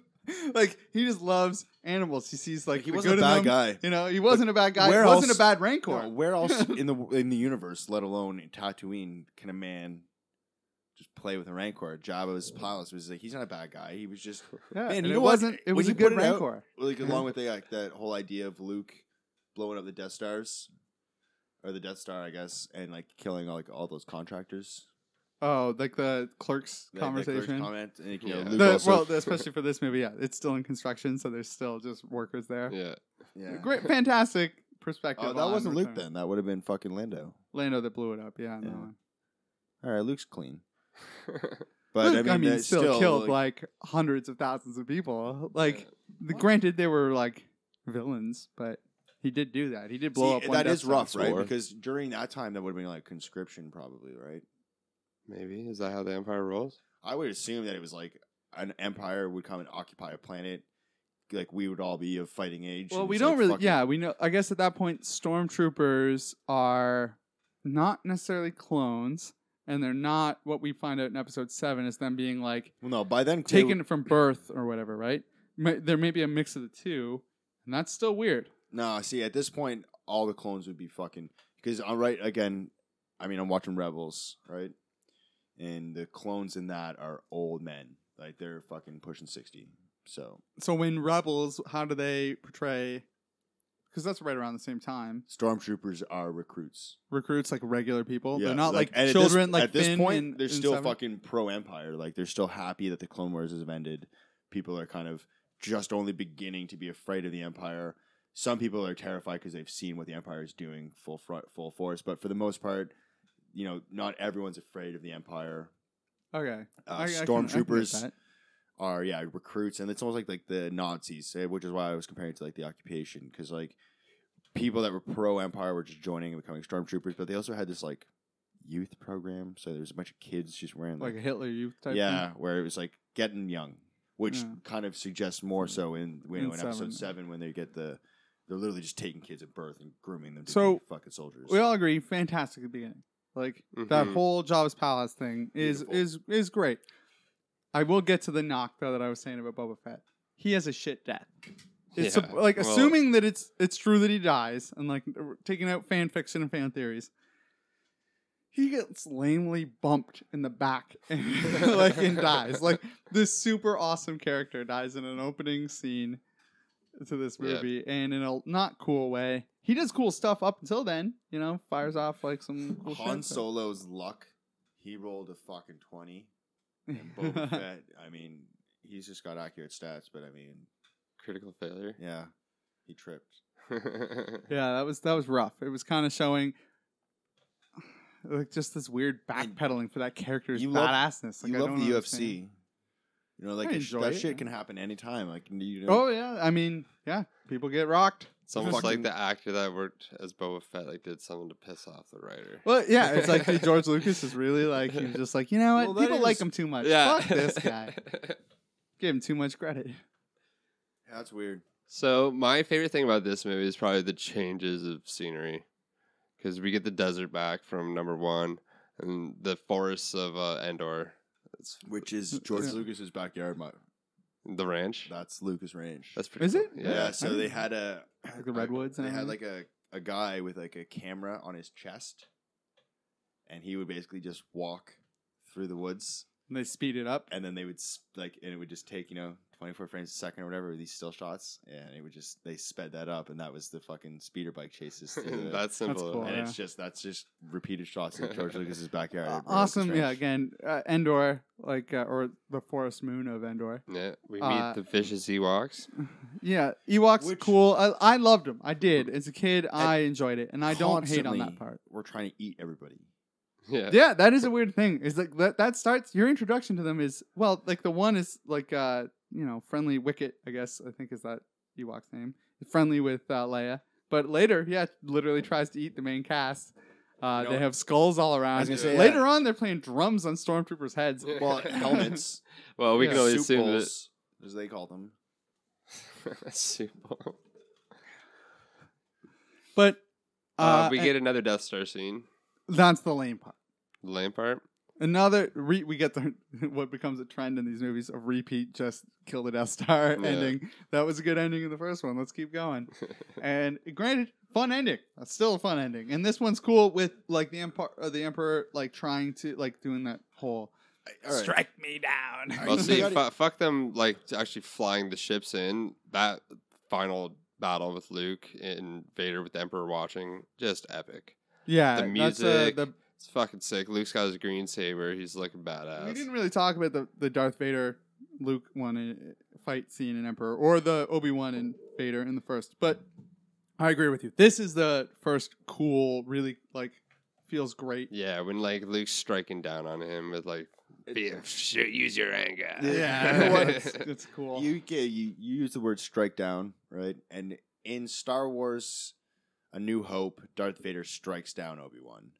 like he just loves animals. He sees like He the wasn't a good in bad them. guy. You know, he wasn't a bad guy. where he wasn't else- a bad rancor. No, where [laughs] else in the in the universe, let alone in Tatooine, can a man just play with a rancor? Jabba's palace was like he's not a bad guy. He was just yeah, Man, and you it know what? wasn't. It When was you a good put it out- rancor. [laughs] like along with the, like that whole idea of Luke blowing up the Death Stars or the Death Star, I guess, and like killing like all those contractors. Oh, like the clerk's That- that clerk's conversation. comment, and, like, you know, Yeah. Luke The- also- well, [laughs] especially for this movie, yeah, it's still in construction, so there's still just workers there. [laughs] Yeah. yeah. Great, fantastic perspective. Oh, that on wasn't Luke return. then. That would have been fucking Lando. Lando that blew it up. Yeah, Yeah. no. All right, Luke's clean, but Luke, I mean, that still, still killed like, like, hundreds of thousands of people. Like, Yeah. the, granted, they were like villains, but he did do that. He did blow See, up. One that Death is Star. rough, right? War. Because during that time, that would have been like conscription, probably, right? Maybe. Is that how the Empire rolls? I would assume that it was like an empire would come and occupy a planet. Like we would all be of fighting age. Well, and we it's, don't like, really. fucking- Yeah, we know. I guess at that point, stormtroopers are not necessarily clones, and they're not what we find out in episode seven is them being like Well, no, by then they taken from birth or whatever. Right? Ma- There may be a mix of the two, and that's still weird. No, see, at this point, all the clones would be fucking. Because I'm right again. I mean, I'm watching Rebels, right? And the clones in that are old men, like they're fucking pushing sixty. So So when rebels, how do they portray? Because that's right around the same time. stormtroopers are recruits. Recruits like regular people. Yeah, they're not like, and at this- children. like at this Finn point, in- they're in still Seven. fucking pro Empire. Like they're still happy that the Clone Wars has ended. People are kind of just only beginning to be afraid of the Empire. Some people are terrified because they've seen what the Empire is doing full front, full force. But for the most part, you know, not everyone's afraid of the Empire. Okay, Uh, I- I can- I can get stormtroopers that. are yeah recruits, and it's almost like like the Nazis, eh, which is why I was comparing it to like the occupation because like people that were pro Empire were just joining and becoming stormtroopers, but they also had this like youth program, so there was a bunch of kids just wearing like like, a Hitler youth type. yeah, where it was like getting young, which Yeah. kind of suggests more so in you Hmm. In know, in, seven. episode seven when they get the they're literally just taking kids at birth and grooming them to So, be fucking soldiers. We all agree, fantastic at the beginning. Like that Mhm. whole Java's Palace thing is Mm-hmm. Beautiful. is is great. I will get to the knock though that I was saying about Boba Fett. He has a shit death. It's Yeah, like well- assuming that it's it's true that he dies and like taking out fan fiction and fan theories. He gets lamely bumped in the back [laughs] and like and dies. Like this super awesome character dies in an opening scene to this Yeah. movie and in a not cool way. He does cool stuff up until then, you know, fires off like some cool shit, Han but- Solo's luck, he rolled a fucking twenty. And [laughs] Boba Fett, I mean, he's just got accurate stats, but I mean, Critical failure. yeah, he tripped. yeah, that was that was rough. It was kind of showing like just this weird And backpedaling for that character's you love- badassness. Like, you I love don't the understand. UFC. You know, like I it- enjoy that it, shit yeah. can happen anytime. Like you know, Oh yeah, I mean, yeah, people get rocked. [laughs] It's almost Fucking- like the actor that worked as Boba Fett like did something to piss off the writer. Well, yeah, it's like [laughs] dude, George Lucas is really like he was just like you know what Well, that people like is- him too much. yeah. Fuck [laughs] [laughs] this guy. Give him too much credit. yeah, that's weird. so my favorite thing about this movie is probably the changes of scenery, because we get the desert back from number one, and the forests of uh, Endor. It's [laughs] Which is George Lucas's backyard. My, the ranch. that's Lucas Range. That's pretty. Is cool. it? yeah. [laughs] Yeah. So they had a [clears throat] Like the redwoods and They had everything? like a a guy with like a camera on his chest, and he would basically just walk through the woods. And they speed it up. and then they would s- like and it would just take you know 24 frames a second or whatever with these still shots and it would just they sped that up and that was the fucking speeder bike chases [laughs] through the, That's simple. cool. and yeah. it's just that's just repeated shots in [laughs] George Lucas's backyard Uh, at Burroughs awesome, Ranch. yeah. Again, uh, Endor, like uh, or the forest moon of Endor. Yeah, we meet Uh, the vicious Ewoks. Yeah, Ewoks Which- cool. I, I loved them. I did as a kid. I enjoyed it, and I don't hate on that Constantly, part. we're trying to eat everybody [laughs] Yeah. Yeah, that is a weird thing. Is like that, that starts your introduction to them is well, like the one is like uh you know friendly Wicket, I guess I think is that Ewok's name. Friendly with uh, Leia, but later, yeah, literally tries to eat the main cast. Uh, You they know- have skulls all around. gonna say, later yeah. on, they're playing drums on stormtroopers' heads. [laughs] well [laughs] helmets Well, [laughs] we Yeah. can only soup assume that bowls, as they call them [laughs] soup bowl. But Uh, uh, we get another Death Star scene. that's the lame part. The lame part. Another re- we get the [laughs] what becomes a trend in these movies of repeat just kill the Death Star [laughs] Yeah. ending. That was a good ending in the first one. Let's keep [laughs] going. and granted, fun ending. That's still a fun ending. And this one's cool with like the emperor, the emperor like trying to like doing that whole All right. Strike me down. Well, You see, gotta- fu- fuck them, like to actually flying the ships in. That final battle with Luke and Vader with the Emperor watching, just epic. yeah. The that's, uh, music, the- It's fucking sick. Luke's got his green saber. He's looking badass. we didn't really talk about the the Darth Vader Luke one in, fight scene in Emperor or the Obi Wan and Vader in the first, but I agree with you. This is the first cool, really like feels great Yeah, when like Luke's striking down on him with like, be, sh- use your anger. [laughs] [laughs] Yeah, you know what? [laughs] It's, it's cool. You, get, you you use the word strike down, right? And in Star Wars, A New Hope, Darth Vader strikes down Obi Wan.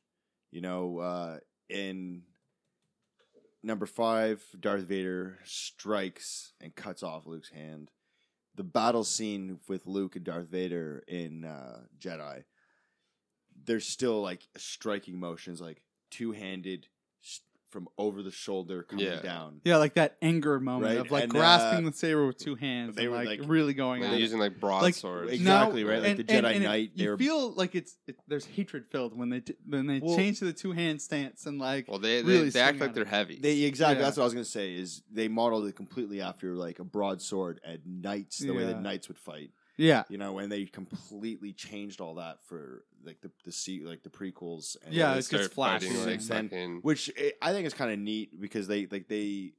You know, uh, in number five, Darth Vader strikes and cuts off Luke's hand. The battle scene with Luke and Darth Vader in uh, Jedi, there's still like striking motions, like two handed from over the shoulder coming Yeah. down. yeah, like that anger moment Right, of like and, grasping uh, the saber with two hands. they and, were, like, like- really going Like, at it. using like broadswords. Like, Now- exactly right, like and- the and- Jedi and it- Knight. They you were feel like it's it, there's hatred filled when they t- when they Well- change to the two hand stance and like well, they they, really they act swing like at they're it. heavy. They exactly. Yeah. That's what I was gonna say. Is they modeled it completely after like a broadsword at knights, the way Yeah. that knights would fight. yeah You know, and they completely changed all that for like the the se- like the prequels. And Yeah, They it's just start fighting, flashy like, and then- fucking- which i I think is kind of neat because they like they,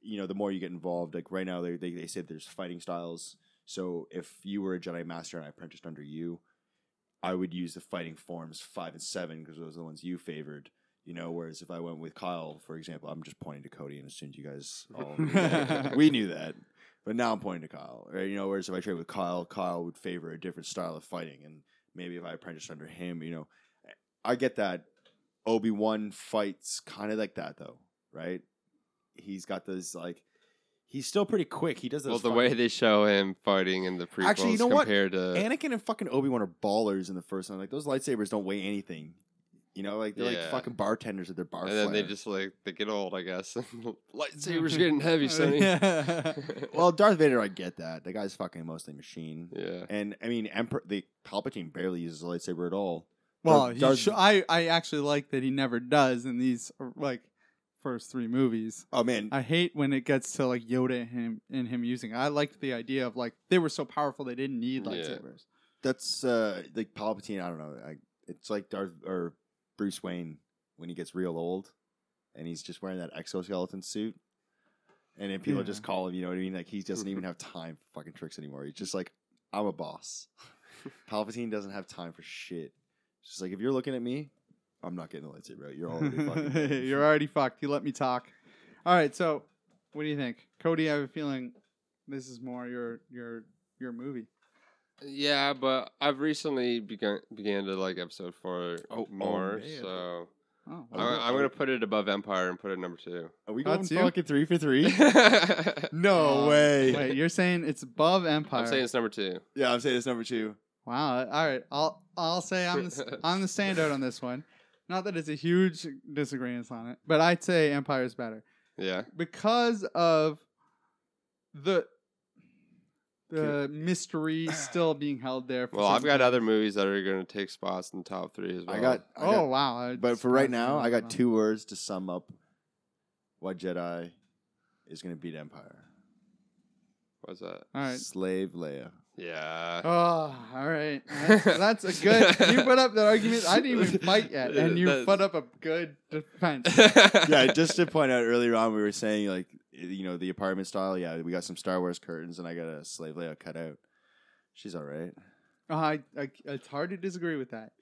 you know, the more you get involved, like right now they they, they say there's fighting styles. So if you were a Jedi Master and I apprenticed under you, I would use the fighting forms five and seven because those are the ones you favored. You know, whereas if I went with Kyle, for example, I'm just pointing to Cody and assumed you guys all knew that. we knew that. But now I'm pointing to Kyle. Right? You know, whereas if I trade with Kyle, Kyle would favor a different style of fighting, and maybe if I apprenticed under him, you know, I get that. Obi Wan fights kind of like that though, right? He's got this like, he's still pretty quick. He does those well, the fucking- way they show him fighting in the prequels Actually, you know what? compared to Anakin and fucking Obi Wan are ballers in the first one. Like those lightsabers don't weigh anything. You know, like they're Yeah. like fucking bartenders at their bar. and then they flare. just like they get old, I guess. [laughs] Lightsabers [laughs] getting heavy, Sonny. [laughs] [laughs] Yeah. well, Darth Vader, I get that. The guy's fucking mostly machine. yeah. And I mean, Emperor the Palpatine barely uses a lightsaber at all. Well, Darth- he Darth- sho- I I actually like that he never does in these er, like first three movies. Oh man, I hate when it gets to like Yoda and him and him using. it. I liked the idea of like they were so powerful they didn't need Yeah. lightsabers. that's uh like Palpatine. I don't know. I, it's like Darth or Bruce Wayne when he gets real old, and he's just wearing that exoskeleton suit. And then people Yeah. just call him. You know what I mean? Like he doesn't [laughs] even have time for fucking tricks anymore. He's just like, I'm [laughs] a boss. Palpatine doesn't have time for shit. It's just like if you're looking at me, I'm not getting a lightsaber. out. You're already [laughs] fucking. dead." You're already fucked. You let me talk. All right, so what do you think, Cody? I have a feeling this is more your your your movie. Yeah, but I've recently begun began to like episode four Oh, oh, more, man. so Oh, I'm, I'm gonna put it above Empire and put it number [laughs] two. Are we going That's you? fucking three [laughs] for three? I'm no Um, [laughs] way. Wait, you're saying it's above Empire? saying it's number two. Yeah, I'm saying it's number two. Wow. All right. I'll I'll say I'm [laughs] the, I'm the standout on this one. Not that it's a huge disagreement on it, but I'd say Empire's better Yeah, because of the the mystery still being held there. For Well, I've certain got things. other movies that are going to take spots in the top three as well. I got. I got Oh wow! I But just for right passed now, it I got along. two words to sum up why Jedi is going to beat Empire. What's that? All right. Slave Leia. Yeah. [laughs] Oh, all right. That's, that's a good. You put up that argument. I didn't even fight yet, and you That's- put up a good defense. [laughs] [laughs] yeah, just to point out earlier on, we were saying like, you know, the apartment style. Yeah, we got some Star Wars curtains, and I got a Slave Leia cut out. She's all right. Oh, I, I, it's hard to disagree with that.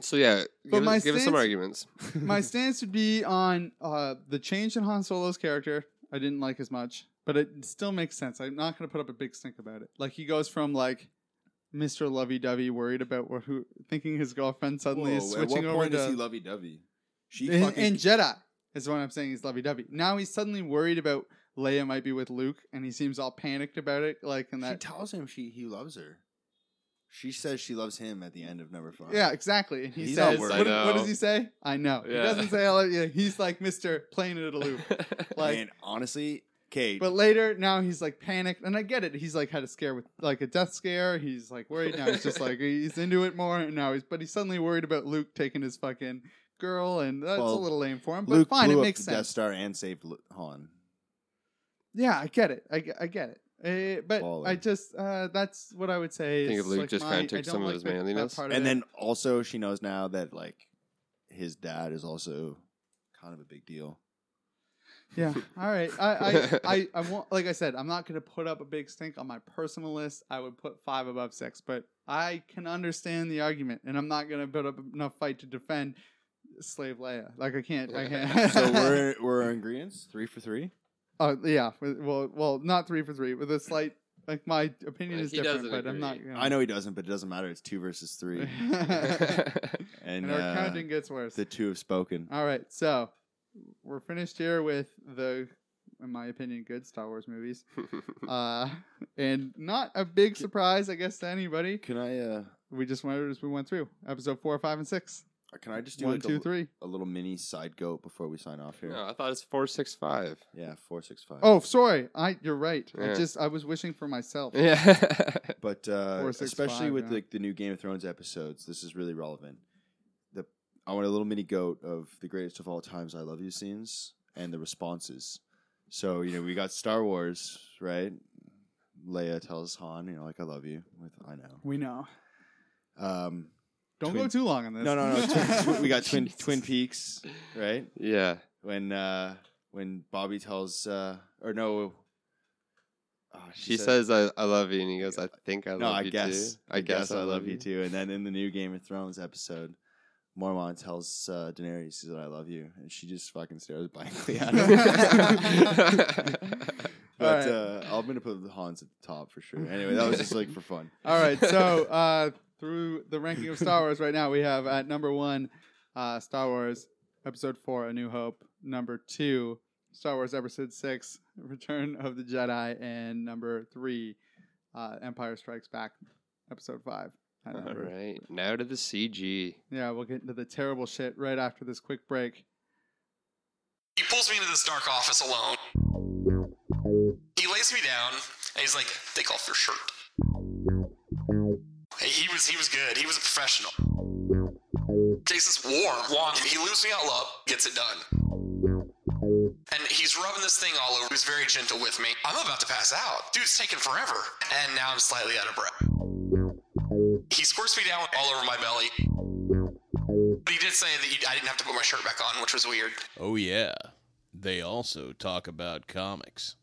so yeah, But give, my us, give us some stance- arguments. my stance would be on uh, the change in Han Solo's character. I didn't like as much, but it still makes sense. I'm not going to put up a big stink about it. Like he goes from like Mr. Lovey Dovey, worried about wh- who, thinking his girlfriend suddenly is switching over to lovey dovey? She in, in Jedi is what I'm saying. He's lovey dovey. Now he's suddenly worried about Leia might be with Luke, and he seems all panicked about it. Like in that tells him she he loves her. She says she loves him at the end of number five. Yeah, exactly. And he He's says, not what, worried. I what know. does he say? I know. He Yeah. doesn't say, I love you. he's like Mr. playing it at a [laughs] [laughs] loop. Like, and honestly, Kate. But later, now he's like panicked, and I get it. He's like had a scare with like a death scare. He's like worried now. [laughs] He's just like he's into it more and now. He's but he's suddenly worried about Luke taking his fucking girl, and that's a Well, little lame for him. But Luke fine, blew it up makes the Death sense. Star and saved Lu- Han. Yeah, I get it. I, ge- I get it. Eh, but Baller. I just uh, that's what I would say. I think is, if Luke like, just my- kinda I took don't some of like his that- that manliness. part of And it. then also she knows now that like his dad is also kind of a big deal. [laughs] Yeah. All right. I I, I, I won't, like I said, I'm not going to put up a big stink on my personal list. I would put five above six, but I can understand the argument, and I'm not going to put up enough fight to defend Slave Leia. Like I can't. I [laughs] can't. So we're we're in agreement. Three for three. [laughs] Uh, yeah. Well, well, not three for three, with a slight. Like my opinion Like, is he different, doesn't but I'm not. agree. You I [laughs] know he doesn't, but it doesn't matter. It's two versus three, and, [laughs] and our uh, counting Uh, gets worse. the two have spoken. All right, so we're finished here with the, in my opinion, good Star Wars [laughs] movies. uh, and not a big surprise, I guess, to anybody. Can I uh We just went as we went through episode four, five, and six. can I just do One, like two, a, three. a little mini side goat before we sign off here? no, I thought it's four six five. Yeah, four six five. Oh, sorry. I you're right. I Yeah. just I was wishing for [laughs] myself. Yeah. But uh, Four, six, especially five, with yeah. like the new Game of Thrones episodes, this is really relevant. The I want a little mini goat of the greatest of all times "I love you" scenes and the responses. So you know we got Star Wars, right? Leia tells Han, you know, like "I love you" with "I know." We know. Um, Don't go Twin- too long on this. no, no, [laughs] no. tw- tw- we got Twin Twin Peaks, right? yeah. When uh, when Bobby tells, uh, or no, oh, She said- says I, I love you and he goes, I think I love No, I you guess. too. I, guess, I love you too. And then in the new Game of Thrones episode, Mormon tells uh, Daenerys, "He said I love you," and she just fucking stares [laughs] blankly at [laughs] him. but Alright. uh, I'm gonna put the Hans at the top for sure. Anyway, that was just like for fun. All right, so uh, through the ranking of Star Wars right now, we have at number one, uh, Star Wars Episode Four: A New Hope. Number two, Star Wars Episode Six: Return of the Jedi, and number three, uh, Empire Strikes Back, Episode Five. At All number- right. Now to the CG. Yeah, we'll get into the terrible shit right after this quick break. He pulls me into this dark office alone. He lays me down, and he's like, "Take off your shirt." Hey, he was he was good. He was a professional. Takes this warm wand. He loops me all up, gets it done. And he's rubbing this thing all over. He's very gentle with me. I'm about to pass out. Dude, it's taking forever. And now I'm slightly out of breath. He squirts me down all over my belly. But he did say that you, I didn't have to put my shirt back on, which was weird. Oh, yeah. They also talk about comics.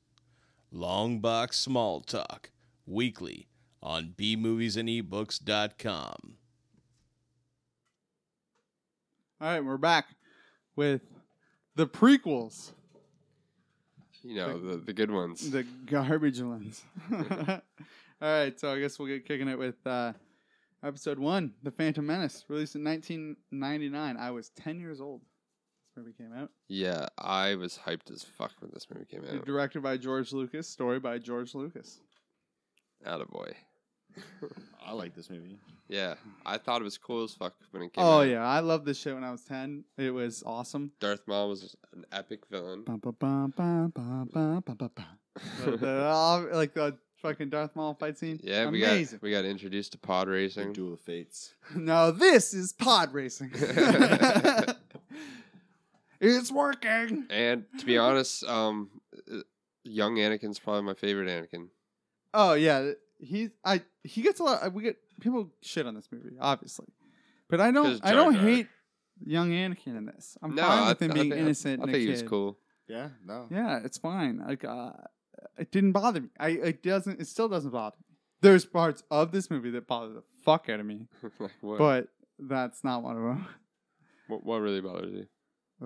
Long Box Small Talk, weekly on E bmoviesandebooks.com. All right, we're back with the prequels, You know, the, the good ones. the garbage ones. [laughs] All right, so I guess we'll get kicking it with uh, episode one, The Phantom Menace, released in 1999. I was 10 years old. This movie came out. yeah, I was hyped as fuck when this movie came out. Directed by George Lucas, story by George Lucas. Attaboy. I like this movie. Yeah. I thought it was cool as fuck when it came out. Oh yeah, I loved this shit when I was 10. It was awesome. Darth Maul was an epic villain. Bum, bum, bum, bum, bum, bum, bum, [laughs] bum, bum. The- the- all- like the fucking Darth Maul fight scene. yeah, we amazing. got we got introduced to pod The racing. Duel of Fates. [laughs] Now this is pod [laughs] racing. [laughs] it's working. And to be honest, um, uh, young Anakin's probably my favorite Anakin. Oh yeah, he's I he gets a lot. We get people shit on this movie, obviously, but I don't. 'Cause I Jar don't Jar. hate young Anakin in this. I'm No, fine I with him th- I being think- innocent. I and think a he was kid. cool. [laughs] Yeah, no. Yeah, it's fine. Like uh, it didn't bother me. I it doesn't. It still doesn't bother me. There's parts of this movie that bother the fuck out of me, like what, but that's not one of them. what? What really bothers you?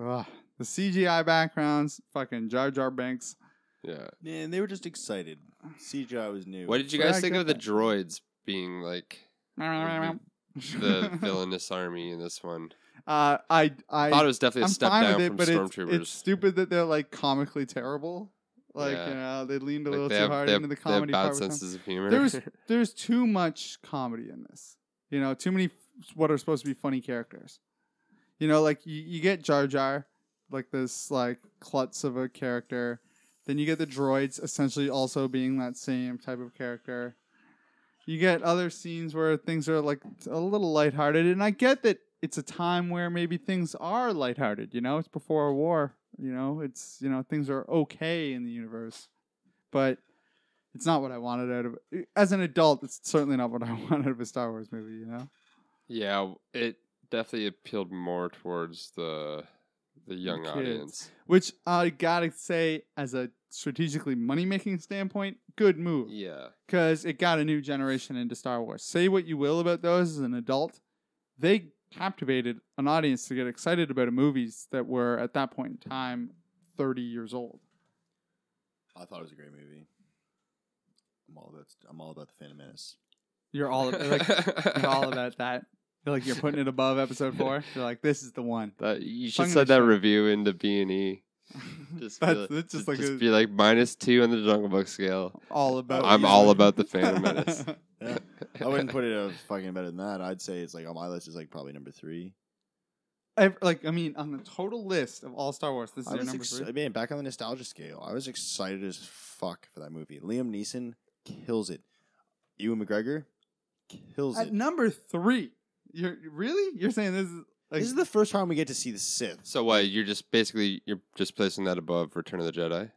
Ugh. The CGI backgrounds, fucking Jar Jar Banks. Yeah. Man, they were just excited. CGI was new. What did you But I guys think get of the that. droids being like Mm-hmm. the [laughs] villainous army in this one? Uh, I I I thought it was definitely a I'm step fine down with it, from but it's, it's stormtroopers. stupid that they're like comically terrible. Like Yeah. you know, they leaned a Like, little they too have- hard they have- into the they have comedy part. bad with some- senses of humor. There's there's too much comedy in this. You know, too many f- what are supposed to be funny characters. You know, like you, you get Jar Jar, like this like klutz of a character. Then you get the droids essentially also being that same type of character. You get other scenes where things are like a little lighthearted, and I get that it's a time where maybe things are lighthearted. You know, it's before a war. You know, it's you know things are okay in the universe, but it's not what I wanted out of. As an adult, it's certainly not what I [laughs] wanted out of a Star Wars movie. You know, [laughs] yeah, w- it definitely appealed more towards the the young kids. audience. which I gotta say, as a strategically money making standpoint, good move. Yeah, because it got a new generation into Star Wars. Say what you will about those as an adult, they captivated an audience to get excited about movies that were at that point in time 30 years old. I thought it was a great movie. I'm all about I'm all about the Phantom [laughs] Menace. You're all about, like, you're all about that. You're like you're putting it above episode four. You're like this is the one. that you Tongue should in set the that show. review into B [laughs] and E. Just be That's- like, it's just, just like just a- be like minus two on the Jungle Book scale. All about. I'm Oh, you. all about the [laughs] Phantom Menace. Yeah. I wouldn't put it a fucking better than that. I'd say it's like on my list is like probably number three. Ev- like I mean, on the total list of all Star Wars, this is I your was number ex- three. man, back on the nostalgia scale, I was excited as fuck for that movie. Liam Neeson kills it. Ewan McGregor kills At it. number three, you're really you're saying this is like this is the first time we get to see the Sith. So what? You're just basically you're just placing that above Return of the Jedi.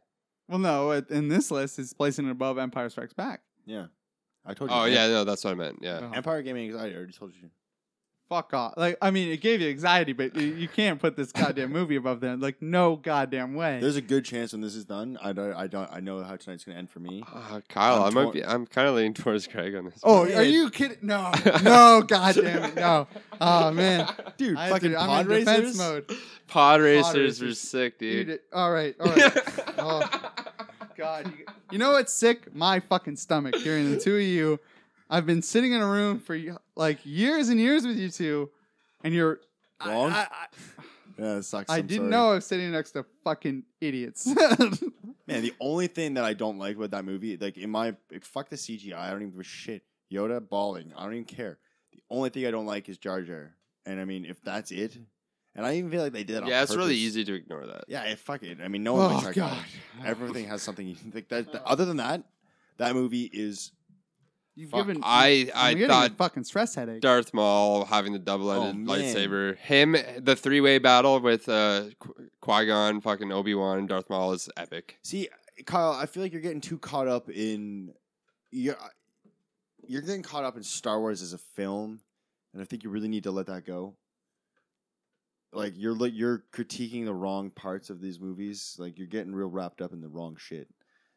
well no it- in this list it's placing it above Empire Strikes Back. Yeah, I told you. Oh Em- yeah, no, that's what I meant. Yeah. Oh. Empire gave me anxiety. I already told you. fuck off. Like, I mean, it gave you anxiety, but you, you can't put this [laughs] goddamn movie above that. Like, no goddamn way. There's a good chance when this is done. I don't. I don't. I know how tonight's gonna end for me. Ah, Kyle, I'm i might tor- be. I'm kind of leaning towards Craig on this. oh, one. are you kidding? [laughs] No, no, goddamn it, no. Oh man, Dude, I- fucking dude, I'm pod in defense racers. mode. pod racers racers. were sick, Dude. dude. all right, all right. Oh. God, you, you know what's sick? My fucking stomach. Hearing the two of you, I've been sitting in a room for like years and years with you two, and you're. Uh, I- Wrong? I, I- Yeah, it sucks. I I'm didn't sorry. know I was sitting next to fucking idiots. [laughs] Man, the only thing that I don't like about that movie, like in my like, fuck the CGI, I don't even give a shit. Yoda bawling, I don't even care. The only thing I don't like is Jar Jar, and I mean, if that's it, and I even feel like they did. It on Yeah, it's really purpose. easy to ignore that. Yeah, it, fuck it. I mean, no one likes oh that guy. God, Everything has something. Like that, that- Other than that, that movie is. you've Fuck, given I I'm I getting thought a fucking stress headache. Darth Maul having the double-ended Oh, man. lightsaber, him the three-way battle with uh, Qui Gon, fucking Obi Wan, and Darth Maul is epic. See, Kyle, I feel like you're getting too caught up in. You're, you're getting caught up in Star Wars as a film, and I think you really need to let that go. Like you're li- you're critiquing the wrong parts of these movies. Like you're getting real wrapped up in the wrong shit.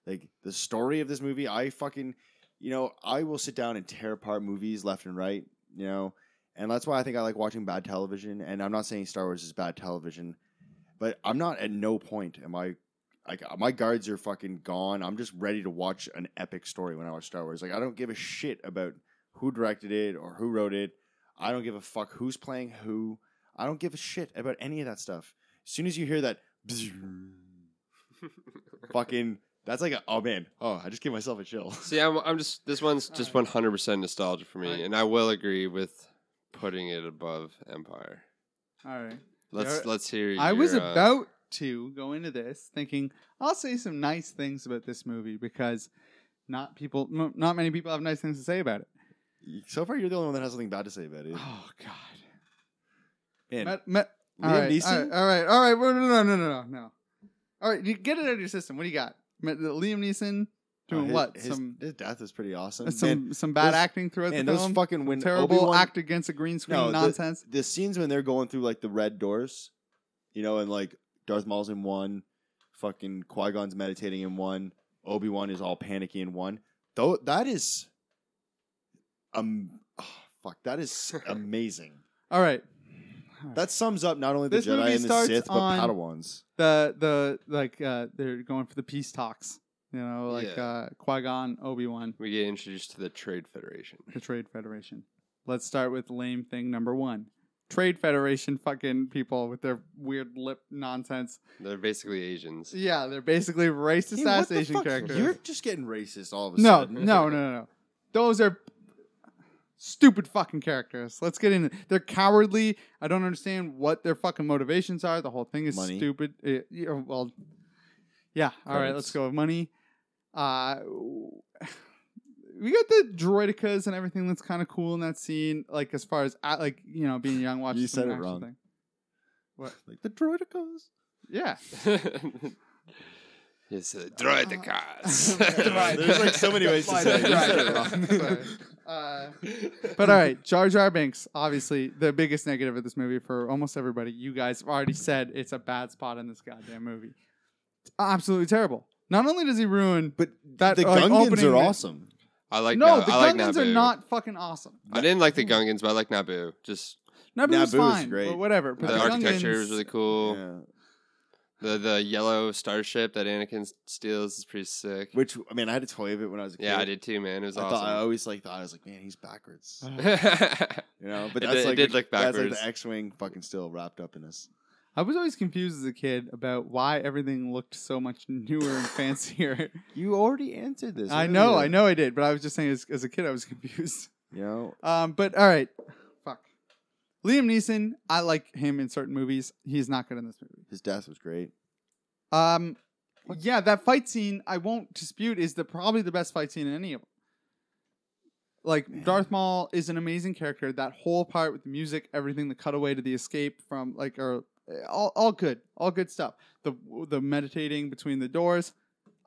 Like the story of this movie, I fucking, you know, I will sit down and tear apart movies left and right. You know, and that's why I think I like watching bad television. And I'm not saying Star Wars is bad television, but I'm not at no point am I like uh, my guards are fucking gone. I'm just ready to watch an epic story when I watch Star Wars. Like I don't give a shit about who directed it or who wrote it. I don't give a fuck who's playing who. I don't give a shit about any of that stuff. As soon as you [laughs] hear that, fucking, that's like a, oh man, oh I just gave myself a chill. [laughs] See, I'm, I'm just this one's just 100 percent nostalgia for me, Alright. and I will agree with putting it above Empire. All right. Let's You're- let's hear. I was your, uh, about to go into this thinking I'll say some nice things about this movie because not people, m- not many people have nice things to say about it. So far, you're the only one that has something bad to say about it. Oh God. Man, Met, met, Liam all, right, all Neeson. right. uh, All right. All right. well, No. No. No. No. No. no. All right. You get it out of your system. What do you got? Met, Liam Neeson Oh, doing his- what? His, some his death is pretty awesome. some man, some bad those- acting throughout man, the those film. fucking when Terrible Obi-Wan- act against a green screen No, the- nonsense. the scenes when they're going through like the red doors, you know, and like Darth Maul's in one, fucking Qui Gon's meditating in one, Obi Wan is all panicky in one. Though that is, um, oh, fuck, [laughs] that is amazing. all right. That sums up not only the This Jedi movie and the starts Sith, but on- Padawans. the the like uh they're going for the peace talks. You know, like Yeah. uh Qui Gon, Obi Wan, We get introduced to the Trade Federation. the Trade Federation. Let's start with lame thing number one. Trade Federation fucking people with their weird lip nonsense. They're [laughs] basically Asians. Yeah, they're basically racist Hey, ass what the Asian fuck? characters. You're just getting racist all of a No, sudden. no, no, no, no. Those are stupid fucking characters. Let's get into. They're cowardly. I don't understand what their fucking motivations are. The whole thing is Money. stupid. It- yeah, well, yeah. All right, let's Credits. go with money. Uh, we got the droidicas and everything that's kind of cool in that scene. Like as far as I, like you know being young, watching You some said it action wrong. thing. [laughs] Like the droidicals. Yeah, it's uh, [laughs] droidicas. There's like [laughs] so many ways to say it. You said it wrong. [laughs] Sorry. Uh, but all right, Jar Jar Binks, obviously the biggest negative of this movie for almost everybody. You guys have already said it's a bad spot in this goddamn movie. Absolutely terrible. Not only does he ruin, but that the like, Gungans opening- are awesome. I like no, Nab- the I like Gungans are Naboo. not fucking awesome. I didn't like the Gungans, but I like Naboo. Just Naboo's Naboo's fine, great. but whatever. But the, the, architecture Gungans, was really cool. Yeah. The the yellow starship that Anakin s- steals is pretty sick. Which I mean, I had a toy of it when I was a kid. yeah, I did too, man. It was I thought I [laughs] awesome. always like thought I was like, man, he's backwards. You know, but It that's did- it like did look That's like backwards. the X-wing fucking still wrapped up in us. I was always confused as a kid about why everything looked so much newer [laughs] and fancier. You already answered this. I know, I know, I did, but I was just saying, as, as a kid, I was [laughs] confused. You know, Um, but all right, fuck. Liam Neeson, I like him in certain movies. He's not good in this movie. his death was great. Um, yeah, that fight scene I won't dispute is the probably the best fight scene in any of them. Like Man. Darth Maul is an amazing character. That whole part with the music, everything, the cutaway to the escape from like, or eh, all, all good, all good stuff. The the meditating between the doors.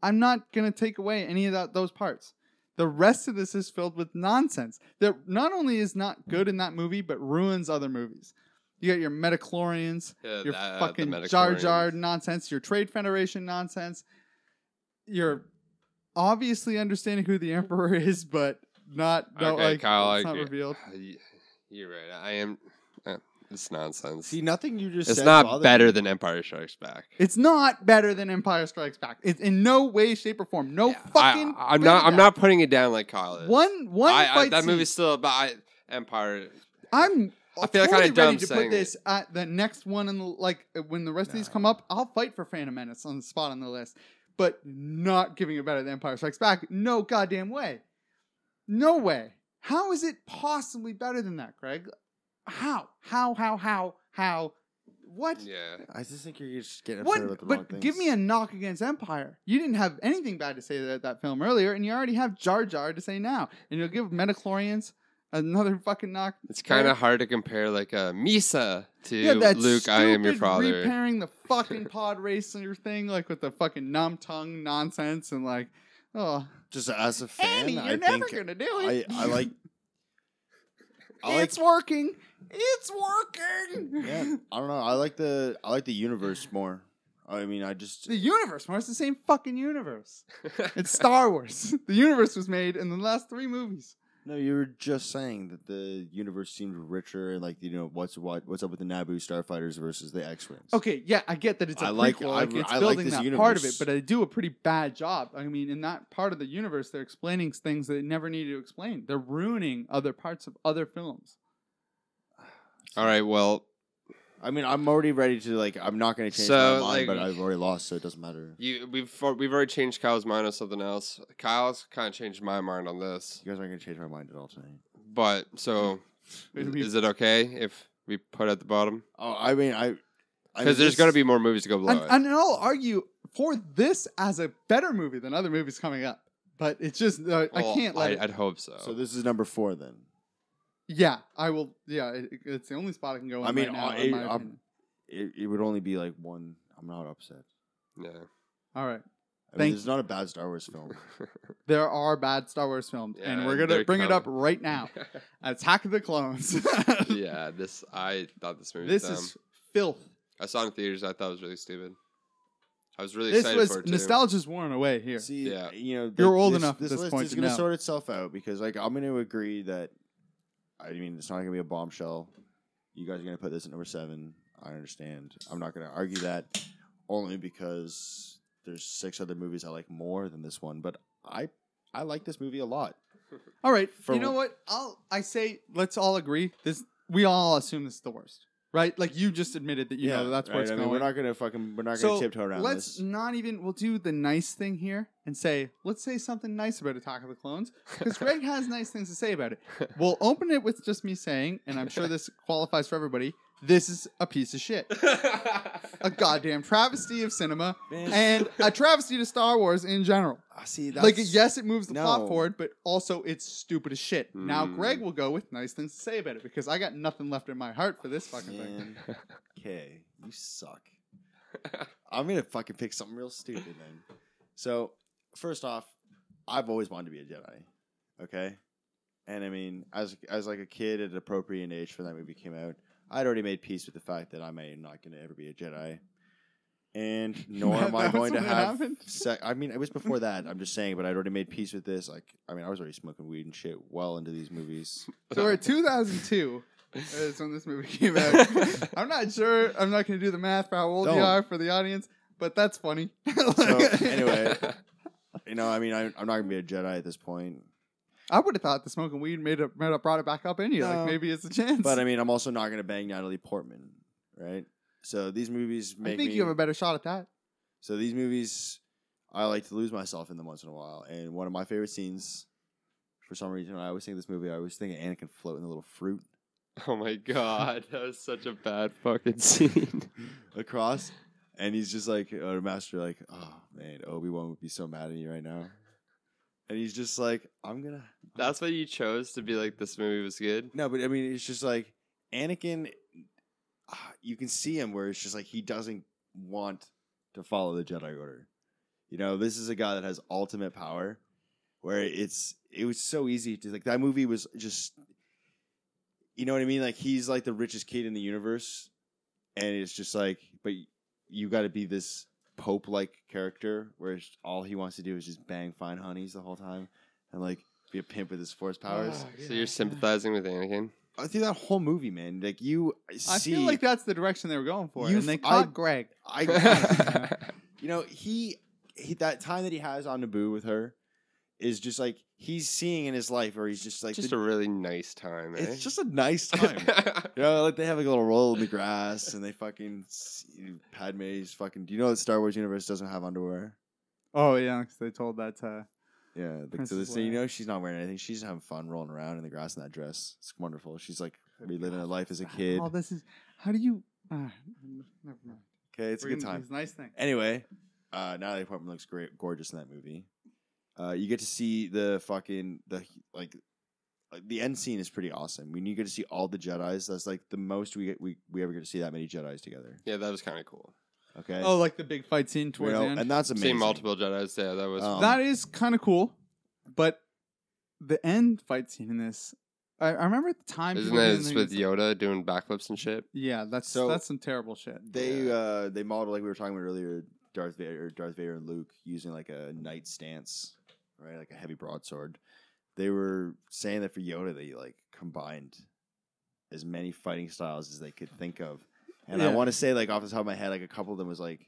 I'm not gonna take away any of that, those parts. The rest of this is filled with nonsense that not only is not good in that movie, but ruins other movies. You got your Metachlorians, Yeah, your that- the fucking Jar Jar Metachlorians. Uh, nonsense, your Trade Federation nonsense, your obviously understanding who the Emperor [laughs] is, but not no, Okay, like Kyle, I it's not agree. revealed. Y- You're right. I am. Uh, it's nonsense. See, nothing you just it's said not bothered better me. than Empire Strikes Back. It's not better than Empire Strikes Back. It's in no way, shape, or form. No Yeah, fucking. I, am way not. I'm down. not putting it down like Kyle is. One one I, I, fight that scene. movie's still about I, Empire. I'm. I feel totally kinda dumb ready to put saying this at the next one in the, like when the rest of these come up. I'll fight for Phantom Menace on the spot on the list, but not giving it better than Empire Strikes Back. No goddamn way. No way. How is it possibly better than that, Greg? How? How? How? How? How? What? Yeah. I just think you're just getting What? upset about the wrong But things. give me a knock against Empire. You didn't have anything bad to say about that film earlier, and you already have Jar Jar to say now, and you'll give Metachlorians another fucking knock. It's kind of hard to compare like a Misa to Yeah, that's Luke. I am your father. Repairing the [laughs] fucking pod racer thing, like with the fucking numb tongue nonsense, and like, oh, just as a fan. Andy, you're I never think gonna do I, it. I [laughs] like. I like it's working. It's working. Yeah, I don't know. I like the I like the universe more. I mean, I just The universe, Mar, it's the same fucking [laughs] universe. It's Star Wars. [laughs] the universe was made in the last three movies. no. You were just saying that the universe seemed richer, and like you know what's what what's up with the Naboo starfighters versus the X-wings. Okay, yeah, I get that it's a I like- prequel. I- Like, it's I like building this that part of it, universe. but I do a pretty bad job. I mean, in that part of the universe, they're explaining things that they never needed to explain. They're ruining other parts of other films. All right. Well, I mean, I'm already ready to like. I'm not going to change So, my mind, like- but I've already lost, so it doesn't matter. you we've al- we've already changed Kyle's mind on something else. Kyle's kind of changed my mind on this, You guys aren't going to change my mind at all tonight. but [laughs] so It'd is, be- it okay if we put at the bottom? Oh, I mean, I Because there's going to be more movies to go below and, it. and I'll argue for this as a better movie than other movies coming up. But it's just uh, I Well, can't let. it- I, would hope so. So this is number four then. yeah, I will. Yeah, it, it's the only spot I can go. In I mean, right now, uh, in my it- um, opinion. It, it would only be like one. I'm not upset. yeah. all right. I Thank mean, it's not a bad Star Wars film. There are bad Star Wars films, and Yeah, we're gonna they're bring it up coming. right now. [laughs] Attack of the Clones. [laughs] yeah. This I thought this movie. this was dumb. is filth. I saw it in theaters. I thought it was really stupid. I was really This excited was for it too. nostalgia's worn away here. See, Yeah. you know, You're old this, enough at This this list point is to going to know. sort itself out because, like, I'm going to agree that. I mean, it's not going to be a bombshell. You guys are going to put this at number seven. I understand. I'm not going to argue that, only because there's six other movies I like more than this one. But I, I like this movie a lot. All right, For- you know what? I'll I say let's all agree this we all assume this is the worst, right? Like you just admitted that you know that's where right, it's I mean, going. We're not gonna fucking. We're not so gonna tiptoe around let's this. not even. We'll do the nice thing here and say let's say something nice about Attack of the Clones [laughs] because Greg has nice things to say about it. We'll open it with just me saying, and I'm sure [laughs] this qualifies for everybody. This is a piece of shit, [laughs] a goddamn travesty of cinema, and a travesty to Star Wars in general. Ah, see, like yes, it moves the No. Hmm. plot forward, but also it's stupid as shit. Now Mm. Greg will go with nice things to say about it because I got nothing left in my heart for this fucking thing. [laughs] Okay, you suck. I'm gonna fucking pick something real stupid then. So first off, I've always wanted to be a Jedi. Okay, and I mean, as as like a kid at an appropriate age for that movie came out, I'd already made peace with the fact that I may not gonna ever be a Jedi, [laughs] and nor That- am I that was going to when it have happened? sec- I mean, it [laughs] was before that. I'm just saying, but I'd already made peace with this. Like, I mean, I was already smoking weed and shit well into these movies. So [laughs] [laughs] we're at 2002. That's when this movie came out. I'm not sure. I'm not going to do the math for how old you Don't. are for the audience, but that's funny. [laughs] So anyway, you know, I mean, I, I'm not gonna be a Jedi at this point. I would have thought the smoking weed made it, might have brought it back up in you. No. Like maybe it's a chance. [laughs] But I mean, I'm also not going to bang Natalie Portman, right? So these movies I make think me. you have a better shot at that. so these movies, I like to lose myself in them once in a while. And one of my favorite scenes, for some reason, I always think of this movie. I always think of Anakin floating the little fruit [laughs] Oh my god, that was such a bad fucking [laughs] scene. across, and he's just like, uh, Master, like, oh man, Obi Wan would be so mad at you right now. And he's just like, I'm gonna. That's what you chose to be like. This movie was good. No, but I mean, it's just like Anakin. ah, You can see him where it's just like he doesn't want to follow the Jedi Order. You know, this is a guy that has ultimate power. Where it's it was so easy to like that movie was just, you know what I mean? Like he's like the richest kid in the universe, and it's just like, but you got to be this pope like character where it's, all he wants to do is just bang fine honeys the whole time, and like be a pimp with his force powers. So you're sympathizing with Anakin. I think that whole movie, man. Like you I see, feel like that's the direction they were going for, You and they f- caught I- Greg. [laughs] [laughs] I, you know, he, he that time that he has on Naboo with her is just like he's seeing in his life, where he's just like just the- a really nice time. Eh? it's [laughs] just a nice time. you know, like they have like a little roll in the grass, and they fucking see Padme's fucking. Do you know that Star Wars universe doesn't have underwear? Oh yeah, 'cause they told that. To, Yeah, like, so Princess this, so you Leia. know she's not wearing anything. She's having fun rolling around in the grass in that dress. It's wonderful. She's like reliving her life as a kid. oh, this is how do you? Uh, never mind. Okay, it's a We're good gonna do time. this nice thing. Anyway, uh, Natalie Portman looks great, gorgeous in that movie. Uh, you get to see the fucking the like, like the end scene is pretty awesome. When you get to see all the Jedi's, that's like the most we we we ever get to see that many Jedi's together. yeah, that was kind of cool. Okay, Oh, like the big fight scene you towards know, the end. and that's amazing. Seeing multiple Jedi's. Yeah, that was. Um, that is kind of cool, but the end fight scene in this, I, I remember at the time. isn't people that didn't it's think with it's- Yoda doing backflips and shit? Yeah, that's So- that's some terrible shit. They Yeah. uh, they model like we were talking about earlier. Darth Vader, Darth Vader and Luke using like a knight stance, right, like a heavy broadsword. They were saying that for Yoda, they like combined as many fighting styles as they could think of, and I Yeah. want to say like off the top of my head, like a couple of them was like,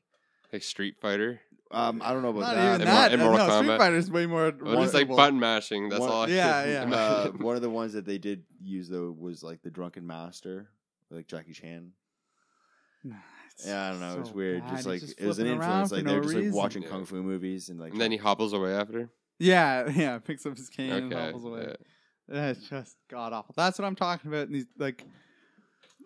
Like Street Fighter. um, I don't know about Not that. even Immor- that. uh, Immortal no, Street Kombat. Fighter's way more. Well, just like watchable. button mashing. That's One- all. [laughs] I Yeah, could yeah. uh, imagine. one of the ones that they did use though was like the Drunken Master, like Jackie Chan. Nah, it's Yeah, I don't know. it was so weird. bad. Just He's like just it was an flipping around influence. for Like no they were just like reason. watching Yeah. kung fu movies and like. and then he hopples away after. [laughs] Yeah, yeah. Picks up his cane and Okay. hobbles away. yeah. That's just god awful. That's what I'm talking about. And these like,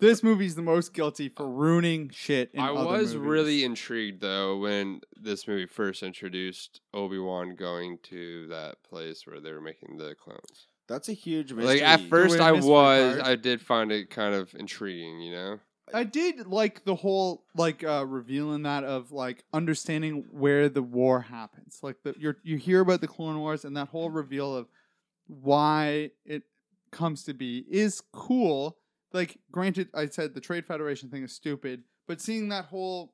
this movie's the most guilty for ruining shit. In I other was movies. really intrigued though when this movie first introduced Obi Wan going to that place where they were making the clones. That's a huge mystery. Like at first, Weird I mystery was, card. I did find it kind of intriguing, you know. I did like the whole like uh revealing that of like understanding where the war happens. Like the you you hear about the Clone Wars and that whole reveal of why it comes to be is cool. Like granted I said the Trade Federation thing is stupid, but seeing that whole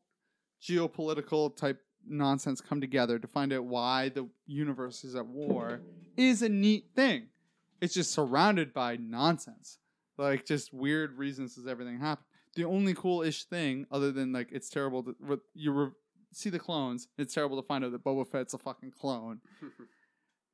geopolitical type nonsense come together to find out why the universe is at war is a neat thing. It's just surrounded by nonsense. Like just weird reasons does everything happen the only cool ish thing, other than like it's terrible to re- you re- see the clones, it's terrible to find out that Boba Fett's a fucking clone.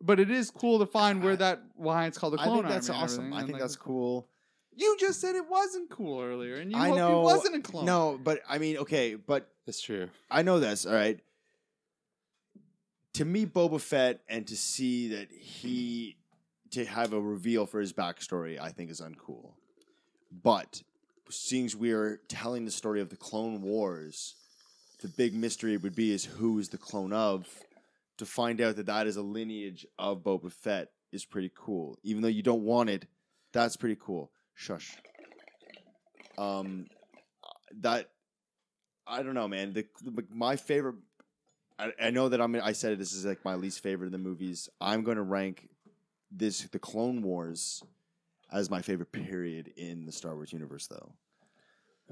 but it is cool to find where that why it's called the I clone. think that's Army and awesome. everything, I and, think like, that's cool. You just said it wasn't cool earlier, and you I hope know. he wasn't a clone. No, but I mean, okay, but It's true. I know this, all right. To meet Boba Fett and to see that he to have a reveal for his backstory, I think is uncool. But seeing as we are telling the story of the Clone Wars, the big mystery would be is who is the clone of. To find out that that is a lineage of Boba Fett is pretty cool, even though you don't want it. That's pretty cool. Shush. Um, that I don't know, man. The, the my favorite. I, I know that I'm. I said this is like my least favorite of the movies. I'm going to rank this, the Clone Wars, as my favorite period in the Star Wars universe, though.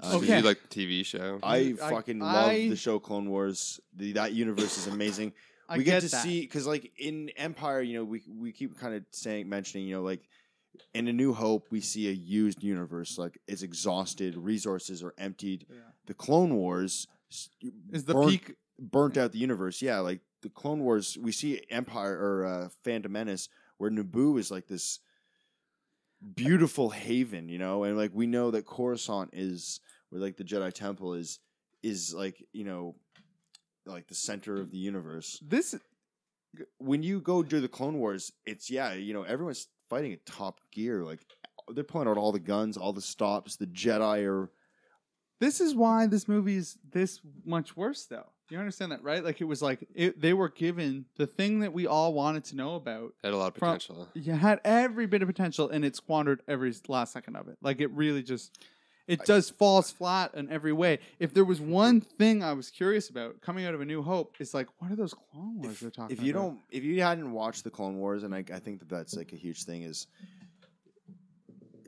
Uh, Did Okay. you like the TV show? I I- fucking I- love the show Clone Wars. The, that universe is amazing. [laughs] I we get, get, to that. see because, like in Empire, you know, we we keep kind of saying mentioning, you know, like in A New Hope, we see a used universe, like it's exhausted, resources are emptied. Yeah. The Clone Wars s- is the burnt- peak. burnt out the universe. Yeah, like the Clone Wars, we see Empire or uh, Phantom Menace, where Naboo is like this beautiful haven, you know, and like we know that Coruscant is where like the Jedi Temple is is like you know like the center of the universe. This When you go do the Clone Wars, it's yeah, you know, everyone's fighting at top gear, like. They're pulling out all the guns, all the stops. The Jedi are this is why this movie is this much worse though you understand that right like it was like it, they were given the thing that we all wanted to know about Had a lot of From- potential. you had every bit of potential and it squandered every last second of it like it really just it does falls flat in every way if there was one thing i was curious about coming out of a new hope is like what are those clone wars they're talking if you about? don't if you hadn't watched the clone wars and I, I think that that's like a huge thing is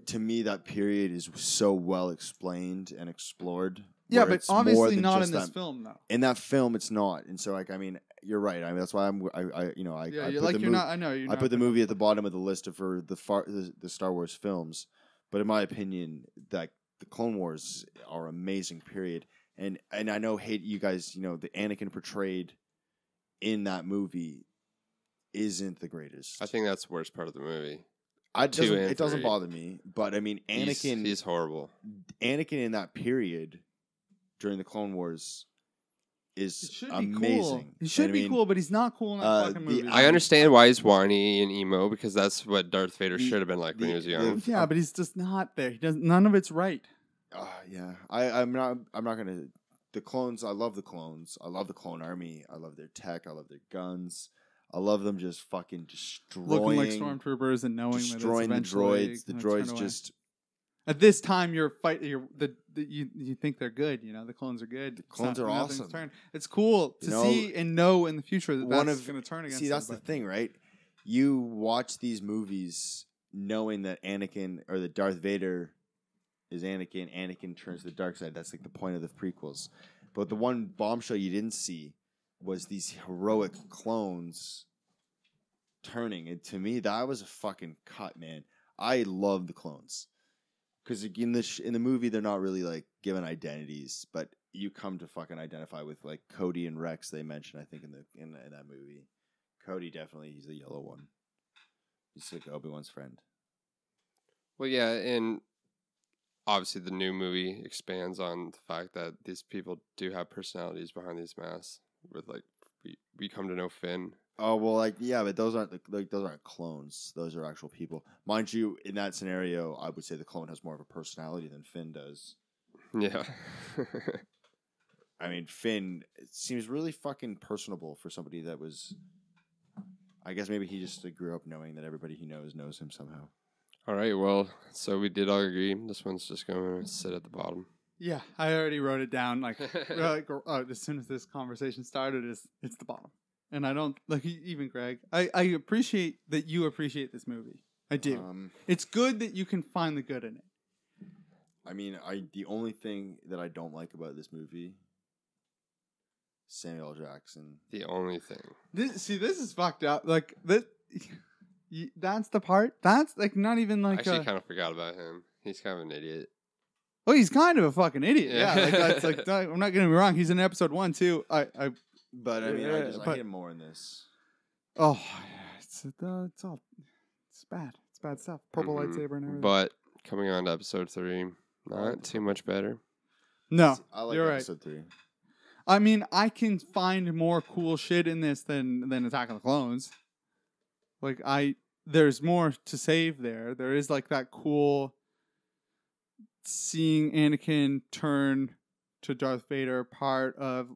to me that period is so well explained and explored yeah where but it's more obviously than not just in this that. film though in that film it's not and so like i mean you're right i mean that's why i'm i, I you know i, yeah I you're put like the you're mov- not i know you're i not put the movie at the bottom of the list of for the far the, the star wars films but in my opinion that the clone wars are amazing period and and i know hate you guys you know the anakin portrayed in that movie isn't the greatest I think that's the worst part of the movie. I two doesn't, and it doesn't three. bother me but i mean He's- anakin he's, horrible. anakin in that period during the clone wars is it should be amazing cool. It And should I be mean, cool, but he's not cool in that uh, fucking the movie. I understand why he's whiny and emo because that's what Darth Vader The- should have been like when the- he was the- young. Yeah, but he's just not there. He doesn't. None of it's right. Uh, yeah, I, I'm not. I'm not gonna. The clones. I love the clones. I love the clone army. I love their tech. I love their guns. I love them just fucking destroying, Looking like stormtroopers and knowing destroying that the it's eventually droids. The gonna turn droids away. just at this time you're fight. You're the, the you you think they're good. You know the clones are good. The clones are awesome. Turn. It's cool to You know, see and know in the future that one that's of- going to turn against. see. them, That's the but- thing, right? You watch these movies knowing that Anakin or that Darth Vader is Anakin. Anakin turns to the dark side. That's like the point of the prequels. But the one bombshell you didn't see was these heroic clones turning. And to me, that was a fucking cut, man. I love the clones because in the sh- in the movie they're not really like given identities, but you come to fucking identify with like Cody and Rex. They mention I think in the in, in that movie, Cody definitely he's the yellow one. He's like Obi Wan's friend. Well, yeah, and obviously the new movie expands on the fact that these people do have personalities behind these masks. With like, we, we come to know Finn. [laughs] Oh well, like yeah, but those aren't the- like those aren't clones. Those are actual people, mind you. In that scenario, I would say the clone has more of a personality than Finn does. Yeah, [laughs] I mean, Finn seems really fucking personable for somebody that was. I guess maybe he just like, grew up knowing that everybody he knows knows him somehow. All right, well, so we did all agree. This one's just going to sit at the bottom. Yeah, I already wrote it down. [laughs] Like, like uh, as soon as this conversation started, it's it's the bottom. And I don't like e- even Greg. I I appreciate that you appreciate this movie. I do. Uh-huh. Um, it's good that you can find the good in it. I mean, I the only thing that I don't like about this movie, Samuel Jackson. The only Oh thing. This, see, this is fucked up. Like that. [laughs] y- That's the part. That's like not even I like actually a- kind of forgot about him. He's kind of an idiot. oh, he's kind of a fucking idiot. Yeah, Yeah. like, that's [laughs] like don't- I'm not getting me wrong. He's in episode one too. I, I But I mean, I Yeah, just I but- hate him more in this. oh, it's uh, it's all it's bad. It's bad stuff. Purple Mhm. lightsaber and everything. Mm-hmm. But Coming on to episode three, not too much better. No, I like you're right. episode three. I mean, I can find more cool shit in this than than Attack of the Clones. Like I, there's more to save there. There is like that cool seeing Anakin turn to Darth Vader part of,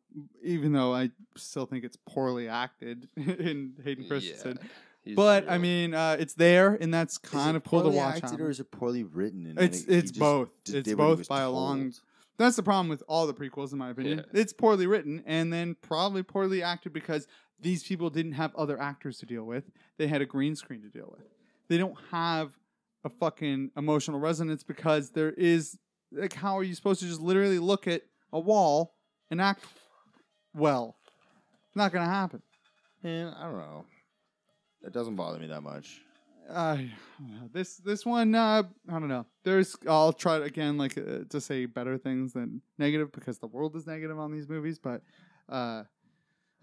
even though I still think it's poorly acted [laughs] in Hayden Christensen. Yeah, he's but I real. mean, uh, it's there, and that's kind of cool to watch. on. or is it poorly written? And It's- it- he it's just both. d- It's did what he both was by a long- told? That's the problem with all the prequels, in my opinion. Yeah. It's poorly written and then probably poorly acted because these people didn't have other actors to deal with. They had a green screen to deal with. They don't have a fucking emotional resonance because there is like how are you supposed to just literally look at a wall and act well? It's not gonna happen. Man, I don't know. It doesn't bother me that much. uh, this this one uh, I don't know. There's I'll try it again like uh, to say better things than negative because the world is negative on these movies, but uh,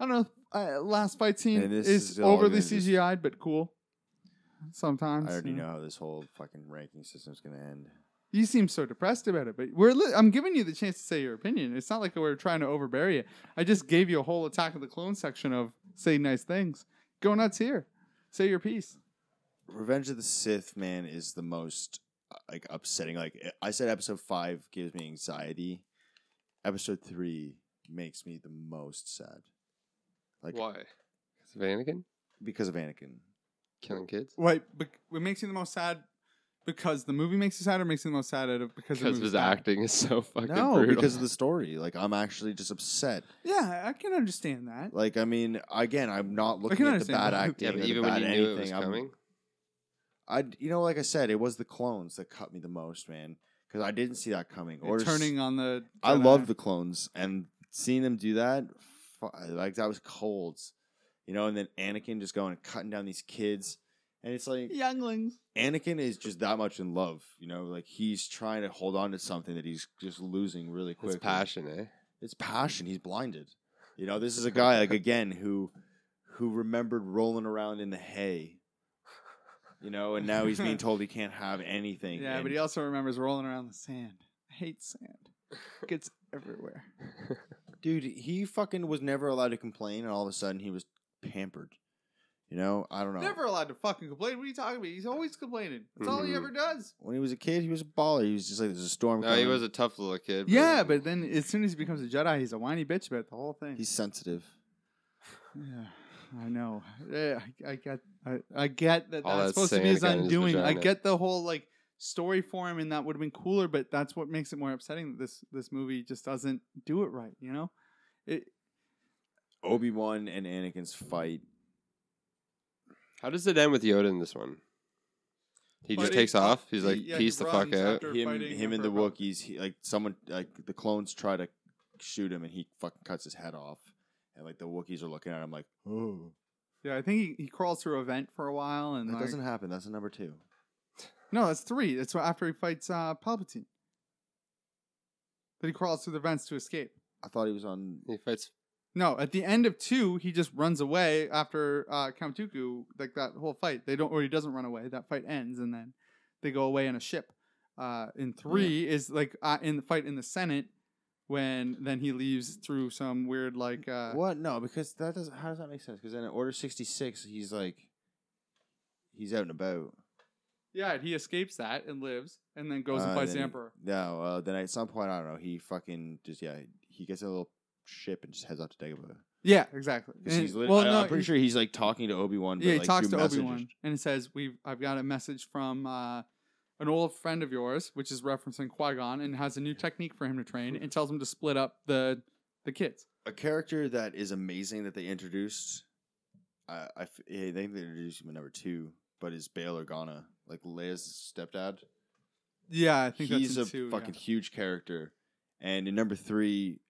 I don't know. Uh, last fight scene And is, this is all overly gonna just- CGI'd but cool. Sometimes I already you know how this whole fucking ranking system's gonna end. You seem so depressed about it, but we're li- I'm giving you the chance to say your opinion. It's not like we're trying to overbury it. I just gave you a whole Attack of the Clone section of say nice things. Go nuts here. Say your piece. Revenge of the Sith, man, is the most uh, like upsetting. Like eh, I said, episode five gives me anxiety. Episode three makes me the most sad. Like why? Because of Anakin because of Anakin. killing kids. Wait, but what makes you the most sad? Because the movie makes you sad, or makes you the most sad out of because the Because movie's his bad? acting is so fucking No, brutal. because of [laughs] the story. Like I'm actually just upset. Yeah, I can understand that. Like I mean, again, I'm not looking at the understand bad [laughs] that. acting. yeah, or but the even when bad you knew it was anything, I'm- coming, I you know, like I said, it was the clones that cut me the most, man, because I didn't see that coming. Or turning on the. I Jedi. love the clones and seeing them do that, fu- like that was cold, you know. And then Anakin just going and cutting down these kids, and it's like younglings. Anakin is just that much in love, you know. Like he's trying to hold on to something that he's just losing really quickly. it's passion, eh? It's passion. He's blinded. You [laughs] know, this is a guy like again who who remembered rolling around in the hay. You know, and now he's [laughs] being told he can't have [laughs] anything. Yeah, and but he also remembers rolling around the sand. I hate [laughs] sand. Gets everywhere. dude, he fucking was never allowed to complain, and all of a sudden he was pampered. You know, I don't know. Never allowed to fucking complain. What are you talking about? He's always complaining. That's all Mm-hmm. he Mhm. ever does. When he was a kid, he was a baller. He was just like, "There's a storm." No, he coming." was a tough little kid. Yeah, but then as soon as he becomes a Jedi, he's a whiny bitch about the whole thing. He's sensitive. Yeah, [sighs] I know. Yeah, I, I get. I, I get that All that's that supposed to be sand his got in his undoing. I vagina. get the whole like story for him, and that would have been cooler. But that's what makes it more upsetting that this this movie just doesn't do it right. You know, it Obi Wan and Anakin's fight. how does it end with Yoda in this one? He But just it- takes off. He's he- like, yeah, he peace the runs fuck out. after- They're Him, fighting him, and for the a problem. Wookiees. He, like someone, like the clones try to shoot him, and he fucking cuts his head off. And like the Wookiees are looking at him, like, "Oh, yeah, I think he, he crawls through a vent for a while, and that like, doesn't happen. That's a number two. no, that's three. That's what, after he fights uh, Palpatine. That he crawls through the vents to escape. I thought he was on. He fights. No, at the end of two, he just runs away after uh, Count Dooku, like that whole fight. They don't, or he doesn't run away. That fight ends, and then they go away in a ship. Uh, in Oh, three is like uh, in the fight in the Senate when then he leaves through some weird like uh, what? No, because that doesn't. How does that make sense? Because in Order sixty six, he's like, he's out and about. yeah, and he escapes that and lives, and then goes and Uh, fights then the he- Emperor. No, uh, then at some point, I don't know. He fucking just yeah. He gets in a little ship and just heads out to Dagobah. Yeah, exactly. Because And- he's lit- well, I, no, am pretty he- sure he's like talking to Obi Wan. Yeah, he like, talks through to Obi messages. Wan and he says, "We've I've got a message from uh, an old friend of yours, which is referencing Qui Gon, and has a new technique for him to train, and tells him to split up the the kids." A character that is amazing that they introduced. I, I f- I think they introduced him in number two, but is Bail Organa, like Leia's stepdad. Yeah, I think he's that's a fucking huge character. And in number three,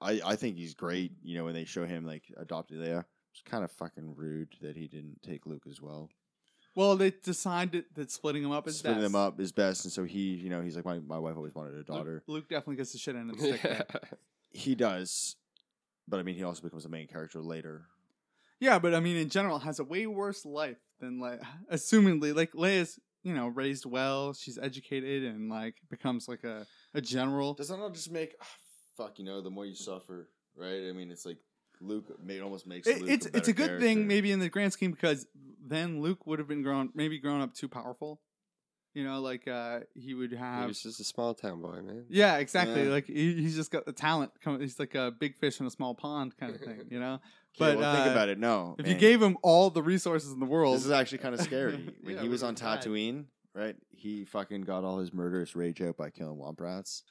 I I think he's great. You know when they show him like adopted Leia, it's kind of fucking rude that he didn't take Luke as well. Well, they decided that splitting them up is splitting best. them up is best. And so he, you know, he's like, my, my wife always wanted a Luke- daughter. Luke, definitely gets the shit end of the [laughs] [laughs] stick. [laughs] Yeah. there. He does, but I mean, he also becomes the main character later. Yeah, but I mean, in general, has a way worse life than like, [sighs] assumingly, like Leia's you know raised well. She's educated and like becomes like a a general. Does that not just make ah, fuck? You know, the more you suffer, right? I mean, it's like Luke. ma- It almost makes It, Luke it's a it's a good better thing character. maybe in the grand scheme because then Luke would have been grown maybe grown up too powerful. You know, like uh he would He have. was just a small town boy, man. Yeah, exactly. Yeah. Like he, he's just got the talent. Coming, he's like a big fish in a small pond kind of thing. You [laughs] know. Okay, But well, uh, think about it. No, If you Oh, man. gave him all the resources in the world, this is actually kind [laughs] of scary. When Yeah, he was we're on gonna die. Tatooine, right? He fucking got all his murderous rage out by killing womp rats.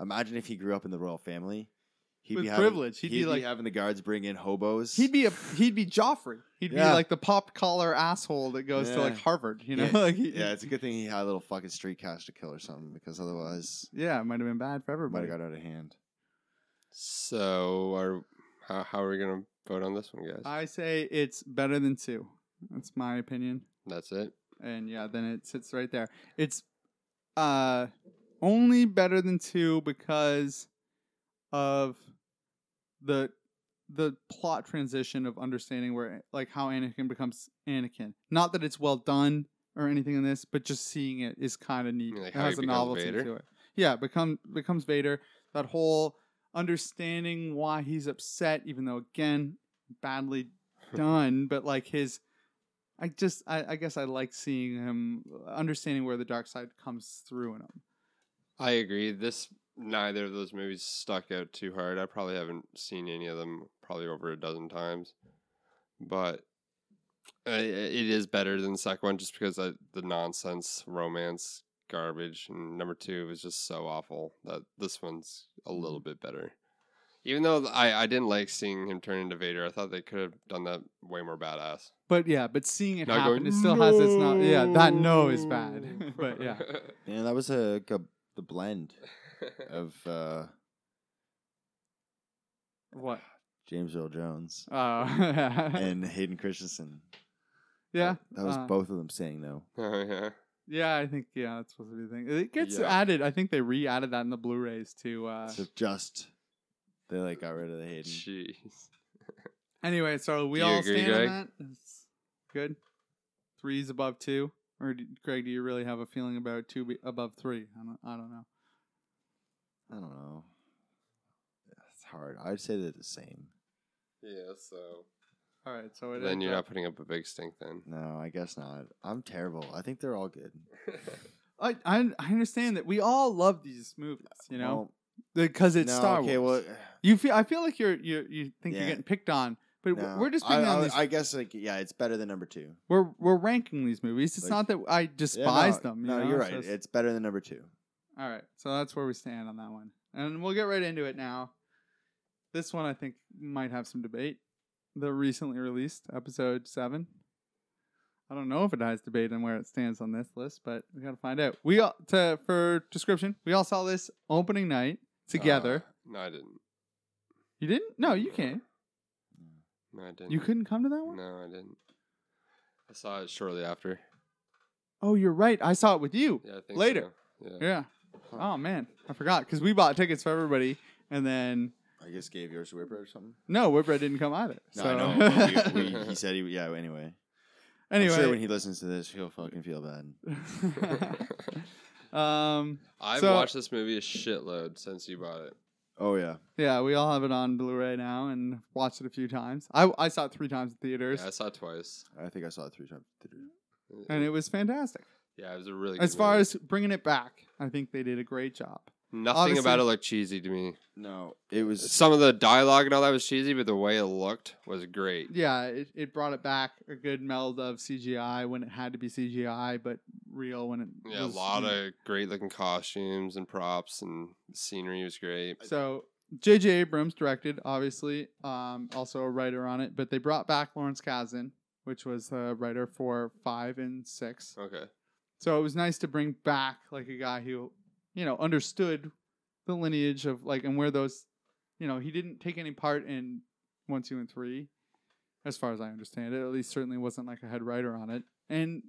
Imagine if he grew up in the royal family. He'd With be having, privilege, he'd be like- having the guards bring in hobos. he'd be a he'd be Joffrey. He'd Yeah. be like the pop collar asshole that goes to like Yeah. Harvard. You know, [laughs] Yeah. like he, yeah, yeah, it's a good thing he had a little fucking street cash to kill or something because otherwise it might have been bad for it might everybody. have got out of hand. So, are how, how are we gonna vote on this one, guys? I say it's better than two. That's my opinion. That's it. And yeah, then it sits right there. It's uh only better than two because of the the plot transition of understanding where like how Anakin becomes Anakin. Not that it's well done or anything in this, but just seeing it is kind of neat. Like it how he has a becomes novelty Vader? to it. Yeah, become becomes Vader. That whole understanding why he's upset, even though again [laughs] badly done, but like his. I just, I, I guess, I like seeing him uh, understanding where the dark side comes through in him. I agree. This neither of those movies stuck out too hard. I probably haven't seen any of them probably over a dozen times, but uh, it is better than the second one just because I, the nonsense romance garbage and number two was just so awful that this one's a little bit better. Even though I, I didn't like seeing him turn into Vader, I thought they could have done that way more [laughs] badass. But yeah, but seeing it Not happen, going, it still has its not. Yeah, that no is "No." bad. [laughs] but [laughs] yeah, Oh, Yeah, that was a, a the blend of uh, what? James [laughs] Earl Jones Oh, and Hayden Christensen. yeah, that was uh, both of them saying no. oh yeah. Yeah, I think yeah, that's supposed to be the thing. It gets Yeah. added. I think they re-added that in the Blu-rays to. Uh, So just they like got rid of the Hayden. Jeez. anyway, so we Do you all agree, stand Greg? on that. It's good. Three's above two, or do, Greg, do you really have a feeling about two be, above three? I don't. I don't know. I don't know. It's hard. I'd say they're the same. Yeah, so uh All right, so it uh, then ends you're up- not putting up a big stink then. No, I guess not. I'm terrible. I think they're all good. I, I I understand that we all love these movies, you know, Well, because it's no, Star okay, Wars. well, you feel I feel like you're you you think you're Yeah. getting picked on, but no. we're just I, picking on I- these. I guess like yeah, it's better than number two. we're we're ranking these movies. It's Like- not that I Yeah, despise no, them. You no, know? you're it's right. just- It's better than number two. All right, so that's where we stand on that one, and we'll get right into it now. This one I think might have some debate. The recently released episode seven. I don't know if it has debate and where it stands on this list, but we gotta find out. We all to for description. We all saw this opening night together. Uh-huh. Uh, no, I didn't. you didn't? No, you came. No, I didn't. You couldn't come to that one. No, I didn't. I saw it shortly after. Oh, you're right. I saw it with you. Yeah, I think Later. so. Yeah. Yeah. Oh man, I forgot because we bought tickets for everybody, and then I guess gave yours to Whipper or something. no, Whitbread didn't come either. No, so [laughs] I know. but we- we- he said he yeah. Anyway, anyway, I'm sure when he listens to this, he'll fucking feel bad. [laughs] um, I've So- watched this movie a shitload since you bought it. Oh yeah, yeah, we all have it on Blu-ray now and watched it a few times. I, I saw it three times in theaters, Yeah, I saw it twice. I think I saw it three times. and it was fantastic. yeah, it was a really. As good far movie. as bringing it back, I think they did a great job. nothing about obviously- it looked cheesy to me. No, it was Some of the dialogue and all that was cheesy, but the way it looked was great. Yeah, it, it brought it back a good meld of CGI when it had to be CGI, but real when it Yeah, a was- lot of great looking costumes and props and scenery was great. So J.J. Abrams directed, obviously, um, also a writer on it, but they brought back Lawrence Kasdan, which was the writer for five and six. Okay. So it was nice to bring back like a guy who, you know, understood the lineage of like and where those, you know, he didn't take any part in one, two, and three, as far as I understand it. At least certainly wasn't like a head writer on it. And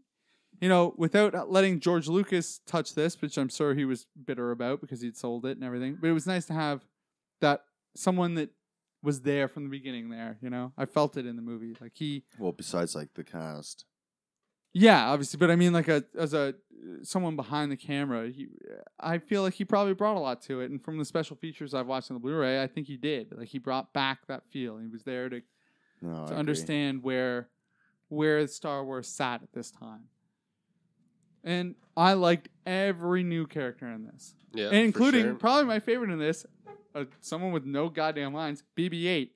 you know, without letting George Lucas touch this, which I'm sure he was bitter about because he'd sold it and everything, but it was nice to have that someone that was there from the beginning. There, you know, I felt it in the movie. Like he, well. Besides like the cast, Yeah, obviously, but I mean, like a as a someone behind the camera, he, I feel like he probably brought a lot to it. And from the special features I've watched on the Blu-ray, I think he did. Like he brought back that feel. He was there to, Oh, No, I to agree. understand where where Star Wars sat at this time. And I liked every new character in this, Yeah, and for including sure. probably my favorite in this, uh, someone with no goddamn lines, BB-8.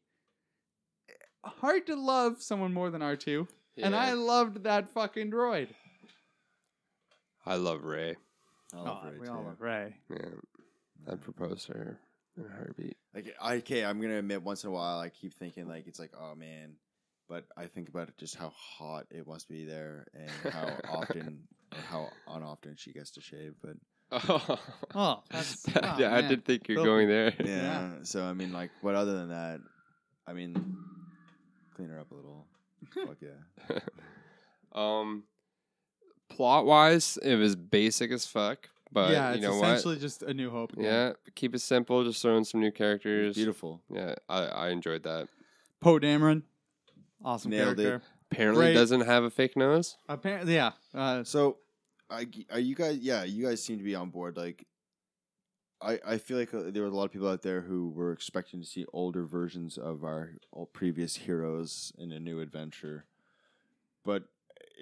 Hard to love someone more than R2, and Yeah. I loved that fucking droid. I love Ray. I love Ray, too. Ray. Yeah, I proposed to her in a heartbeat. Like, I- okay, I'm gonna admit once in a while I keep thinking like it's like oh man, but I think about it just how hot it must be there and [laughs] how often or how unoften she gets to shave. But [laughs] Oh, [laughs] Oh, that's- yeah, oh, I man. did think you're Filthy. going there. yeah, so I mean like what other than that, I mean clean her up a little. Fuck yeah. [laughs] um, plot wise, it was basic as fuck, but yeah, you it's know what? essentially just a new hope. again. Yeah, keep it simple. Just throw in some new characters. Beautiful. Yeah, I, I enjoyed that. Poe Dameron, awesome Nailed it. character. Apparently, Ray- doesn't have a fake nose. Apparently, yeah. Uh, So, I, are you guys? Yeah, you guys seem to be on board. Like, I I feel like uh, there were a lot of people out there who were expecting to see older versions of our old previous heroes in a new adventure, but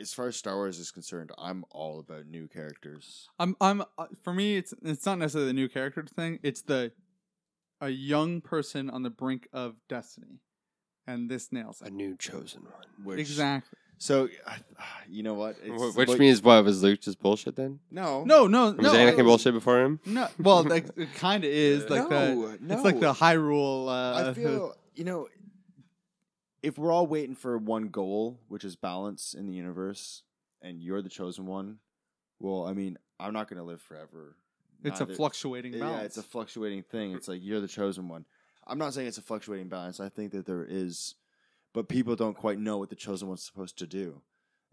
as far as Star Wars is concerned, I'm all about new characters. I'm, I'm. Uh, for me, it's it's not necessarily the new character thing. It's the a young person on the brink of destiny, and this nails A it. new chosen one. Which, Exactly. So, I- you know what? It's- Wh- Which but- means what was Luke just bullshit then? no, No, no, Was no. Anakin bullshit before him? No. Well, like, [laughs] it kind of is like the. no, It's like the Hyrule. Uh, I feel you know if we're all waiting for one goal, which is balance in the universe, and you're the chosen one, well, I mean, I'm not going to live forever. [laughs] it's Neither- a fluctuating balance. Yeah, it's a fluctuating thing. It's like you're the chosen one. I'm not saying it's a fluctuating balance. I think that there is, but people don't quite know what the chosen one's supposed to do,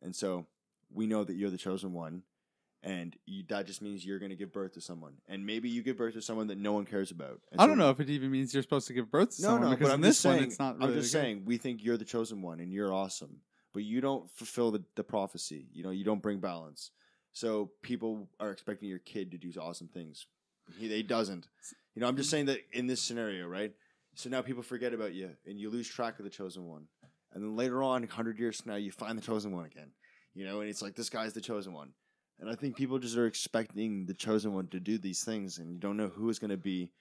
and so we know that you're the chosen one, and you, that just means you're going to give birth to someone, and maybe you give birth to someone that no one cares about. And I so- don't know if it even means you're supposed to give birth to no, someone no, because in but I'm this just one saying, it's not. I'm Really just the case. saying we think you're the chosen one and you're awesome, but you don't fulfill the, the prophecy. You know, you don't bring balance. So people are expecting your kid to do awesome things. He they doesn't. You know, I'm mm. just saying that in this scenario, right? So now people forget about you and you lose track of the chosen one. And then later on, 100 years from now, you find the chosen one again. You know, and it's like this guy's the chosen one. And I think people just are expecting the chosen one to do these things and you don't know who it's going to be.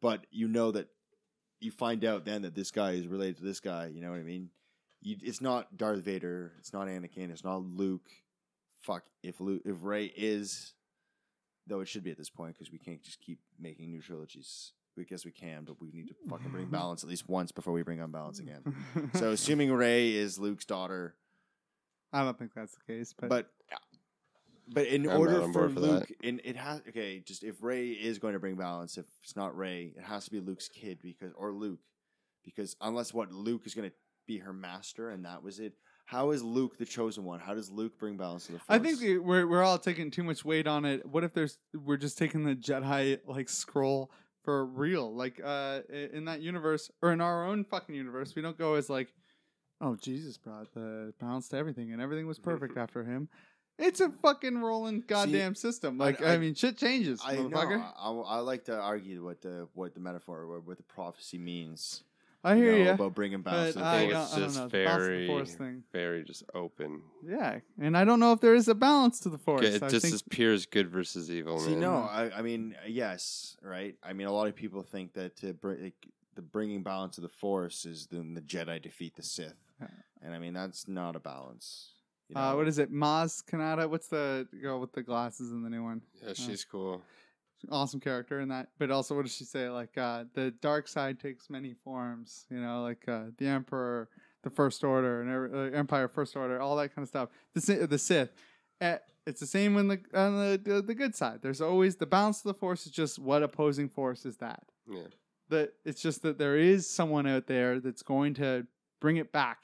But you know that you find out then that this guy is related to this guy. You know what I mean? You, it's not Darth Vader. It's not Anakin. It's not Luke. Fuck if Luke if Ray is, though it should be at this point because we can't just keep making new trilogies. I guess we can, but we need to fucking bring balance at least once before we bring [laughs] unbalance again. So assuming Ray is Luke's daughter, I don't think that's the case, but, but uh, but in I'm not order on for board for that. Luke, and it has okay, just if Ray is going to bring balance, if it's not Ray, it has to be Luke's kid because or Luke, because unless what Luke is going to be her master, and that was it. How is Luke the chosen one? How does Luke bring balance to the Force? I think we- we're we're all taking too much weight on it. What if there's we're just taking the Jedi like scroll for real? Like uh i- in that universe or in our own fucking universe, we don't go as like, oh Jesus brought the balance to everything and everything was perfect after him. It's a fucking rolling goddamn system. Like I, I- mean, shit changes, I know. motherfucker. I, I like to argue what the what the metaphor or what the prophecy means. I, hear you you, know, about bringing balance but to the I think don't, Force. it's I don't just know. The balance of the very- force thing. Very just open. Yeah, and I don't know if there is a balance to the force. Good, I just think as pure as good versus evil. See, man. no, I, I mean, yes, right. I mean, a lot of people think that to bring like, the bringing balance to the Force is then the Jedi defeat the Sith, Yeah. and I mean that's not a balance. You Uh, know? what is it? Maz Kanata? What's the girl with the glasses in the new one? Yeah, she's cool. Awesome character in that. But also, what does she say? Like, uh, the dark side takes many forms, you know, like uh, the Emperor, the First Order, and every, uh, Empire, First Order, all that kind of stuff. The, Si- the Sith. Eh, it's the same on the, on the, the, the good side. There's always the balance of the force is just what opposing force is that. Yeah. That it's just that there is someone out there that's going to bring it back.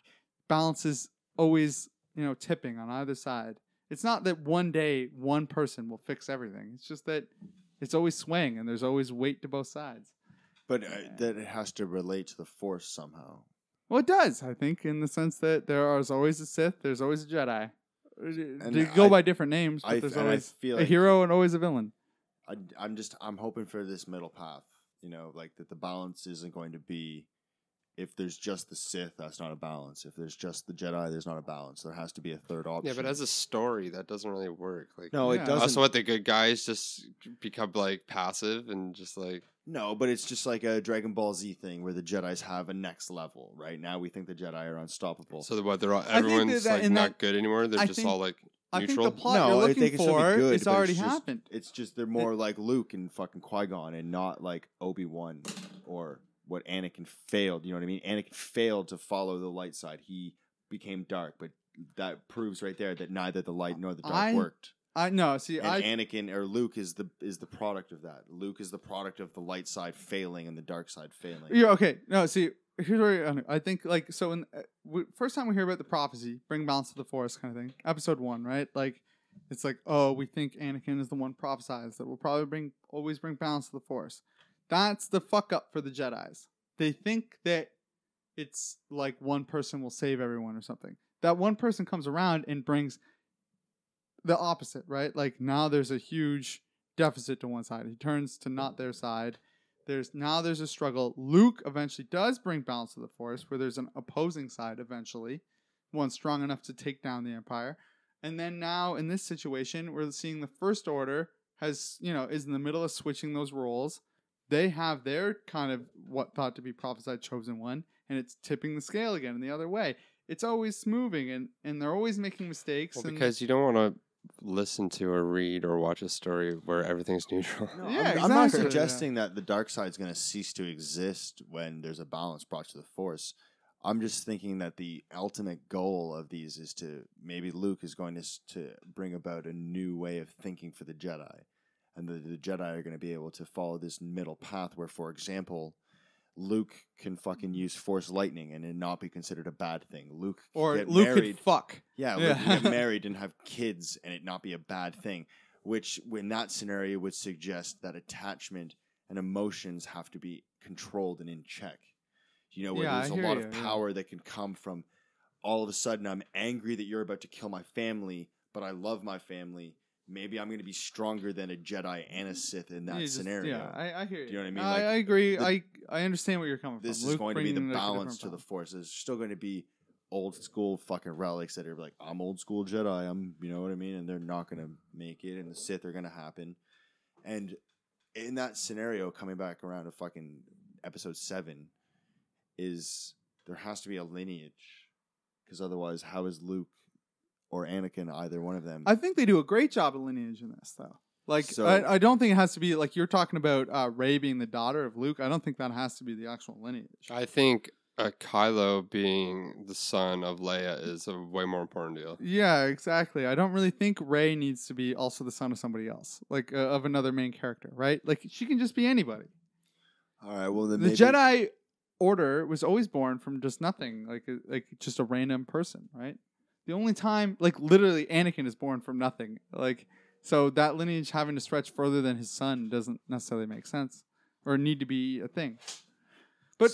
Balance is always, you know, tipping on either side. It's not that one day one person will fix everything. It's just that it's always swaying and there's always weight to both sides. But uh, that it has to relate to the Force somehow. Well, it does, I think, in the sense that there is always a Sith, there's always a Jedi. They go I- by different names, but I- there's and I always feel a like- hero and always a villain. I, I'm just I'm hoping for this middle path. You know, like that the balance isn't going to be if there's just the Sith, that's not a balance. If there's just the Jedi, there's not a balance. There has to be a third option. Yeah, but as a story, that doesn't really work. Like, no, Yeah. it doesn't. also, what the good guys just become like passive and just like No, but it's just like a Dragon Ball Z thing where the Jedi's have a next level. Right now, we think the Jedi are unstoppable. so. What they're all think that- everyone's that- like in not that- good anymore. They're I just think- all like I think neutral. the plot No, you're I looking think it's gonna for be good, is but it's already just- happened. it's just they're Eh. more like Luke and fucking Qui Gon and not like Obi Wan or what Anakin failed. You know what I mean? Anakin failed to follow the light side. He became dark, but that proves right there that neither the light nor the dark I- worked. I no, see, And I Anakin or Luke is the is the product of that. Luke is the product of the light side failing and the dark side failing. Yeah, okay. No, see, here's where I- I think like so. In uh, w- first time we hear about the prophecy, bring balance to the force, kind of thing. Episode one, right? Like, it's like, oh, we think Anakin is the one prophesized that will probably bring always bring balance to the force. That's the fuck up for the Jedi's. They think that it's like one person will save everyone or something. That one person comes around and brings the opposite, right? Like now there's a huge deficit to one side. He turns to not their side. There's now there's a struggle. Luke eventually does bring balance to the force where there's an opposing side eventually, one strong enough to take down the empire. And then now in this situation, we're seeing the first order has, you know, is in the middle of switching those roles. They have their kind of what thought to be prophesied chosen one, and it's tipping the scale again in the other way. It's always moving and, and they're always making mistakes. Well, and- because you don't want to listen to or read or watch a story where everything's [laughs] neutral. No, Yeah, I'm, I'm not exactly. suggesting that the dark side's going to cease to exist when there's a balance brought to the force. I'm just thinking that the ultimate goal of these is to maybe Luke is going to s- to bring about a new way of thinking for the Jedi, and the, the Jedi are going to be able to follow this middle path where, for example, Luke can fucking use Force lightning and it not be considered a bad thing. Luke can or get Luke married. could fuck. Yeah, Yeah. [laughs] we can get married and have kids and it not be a bad thing, which in that scenario would suggest that attachment and emotions have to be controlled and in check. You know, where Yeah, I there's a hear lot you, of yeah. power that can come from all of a sudden I'm angry that you're about to kill my family, but I love my family. Maybe I'm going to be stronger than a Jedi and a Sith in that You just- scenario. Yeah, I, I hear you. Do you know what I mean? I, Like, I agree. the- I I understand where you're coming this from. is Luke going to be the bringing, like, a balance to different the force. There's still going to be old school fucking relics that are like, I'm old school Jedi. I'm, you know what I mean? And they're not going to make it. And the Sith are going to happen. And in that scenario, coming back around to fucking episode seven, is there has to be a lineage. Because otherwise, how is Luke or Anakin, either one of them? I think they do a great job of lineage in this, though. Like, So- I, I don't think it has to be like you're talking about uh, Ray being the daughter of Luke. I don't think that has to be the actual lineage. I think uh, Kylo being the son of Leia is a way more important deal. yeah, exactly. I don't really think Ray needs to be also the son of somebody else, like uh, of another main character, right? Like she can just be anybody. All right, well, then The maybe- Jedi Order was always born from just nothing, like uh, like just a random person, right? The only time, like literally, Anakin is born from nothing, like so that lineage having to stretch further than his son doesn't necessarily make sense or need to be a thing. But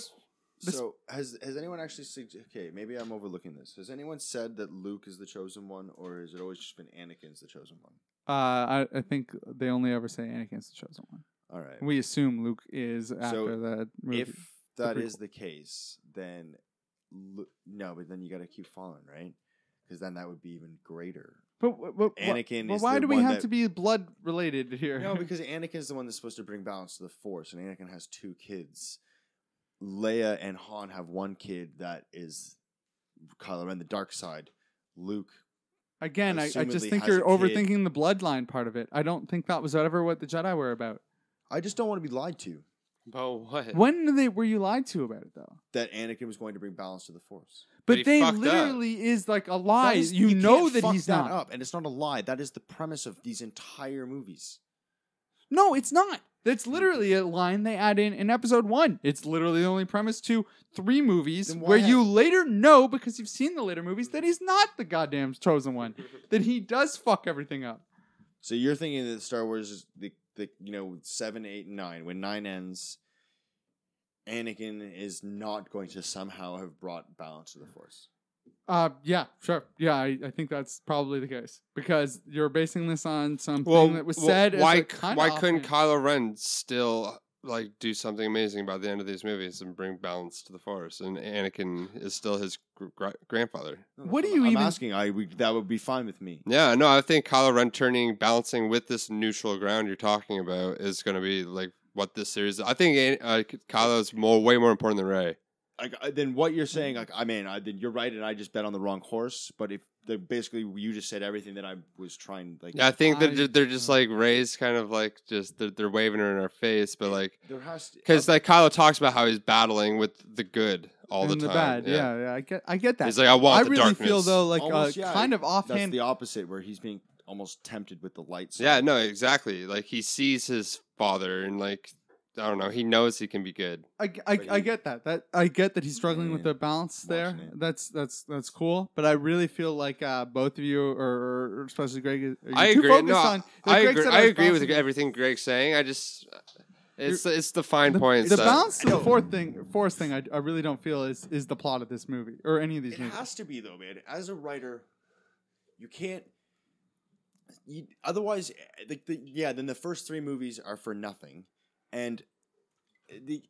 This- so has has anyone actually sug- okay maybe i'm overlooking this has anyone said that luke is the chosen one or has it always just been anakin's the chosen one uh, I, I think they only ever say Anakin's the chosen one. all right We assume Luke is after that movie. if that the is the case then Lu- no but then you got to keep following right because then that would be even greater but, but, but Anakin But is why the do we one have that- to be blood related here? [laughs] no because anakin's the one that's supposed to bring balance to the force and anakin has two kids leia and han have one kid that is Kylo Ren, the dark side luke Again, I, I just assumedly think has you're a kid. overthinking the bloodline part of it. I don't think that was ever what the Jedi were about. i just don't want to be lied to But what? When did they were you lied to about it though? that Anakin was going to bring balance to the Force. But, But he they fucked up. literally is like a lie. That is- you, can't know that fuck he's that not. up, and it's not a lie. That is the premise of these entire movies. No, it's not. That's Mm-hmm. literally a line they add in in episode one. It's literally the only premise to three movies Then why where have- you later know because you've seen the later movies that he's not the goddamn chosen [laughs] one. that he does fuck everything up. So you're thinking that Star Wars is the, the you know seven, eight, and nine. When nine ends, Anakin is not going to somehow have brought balance to the Force. Uh, yeah, sure. Yeah, I, I think that's probably the case because you're basing this on something that was said. as why a kinda why couldn't offhand- Kylo Ren still like do something amazing by the end of these movies and bring balance to the Force? And Anakin is still his gr- gr- grandfather. What do I'm- you I'm even- asking? I we, that would be fine with me. Yeah, no, I think Kylo Ren turning balancing with this neutral ground you're talking about is going to be like what this series. I think uh, Kylo's more way more important than Ray. Like I- then what you're saying? Like I mean, I, then you're right, and I just bet on the wrong horse. But if the, basically you just said everything that I was trying, like Yeah, I think I- that they're, they're just like Ray's kind of like just they're, they're waving her in our face, but like there has to because like Kylo talks about how he's battling with the good all and the time. bad. Yeah. yeah, I get, I get that. he's like I want I the really darkness. feel though, like Almost, uh, yeah, kind of that's offhand. the opposite, where he's being almost tempted with the light. side. Yeah, no, exactly. Like he sees his father, and like I don't know, he knows he can be good. I, g- I, But I he- get that. That I get that he's struggling with the Yeah, balance there. watching it. That's that's that's cool. But I really feel like uh, both of you, or, or especially Greg, is- are I you too agree. focused No, on- like I Greg agree. said, I was agree with balancing- everything Greg's saying. I just it's it's the fine The, points. the that- balance to the fourth thing, force thing, I, I really don't feel is is the plot of this movie or any of these It movies. has to be though, man. As a writer, you can't. You, otherwise, eh, the, the, yeah. Then the first three movies are for nothing, and the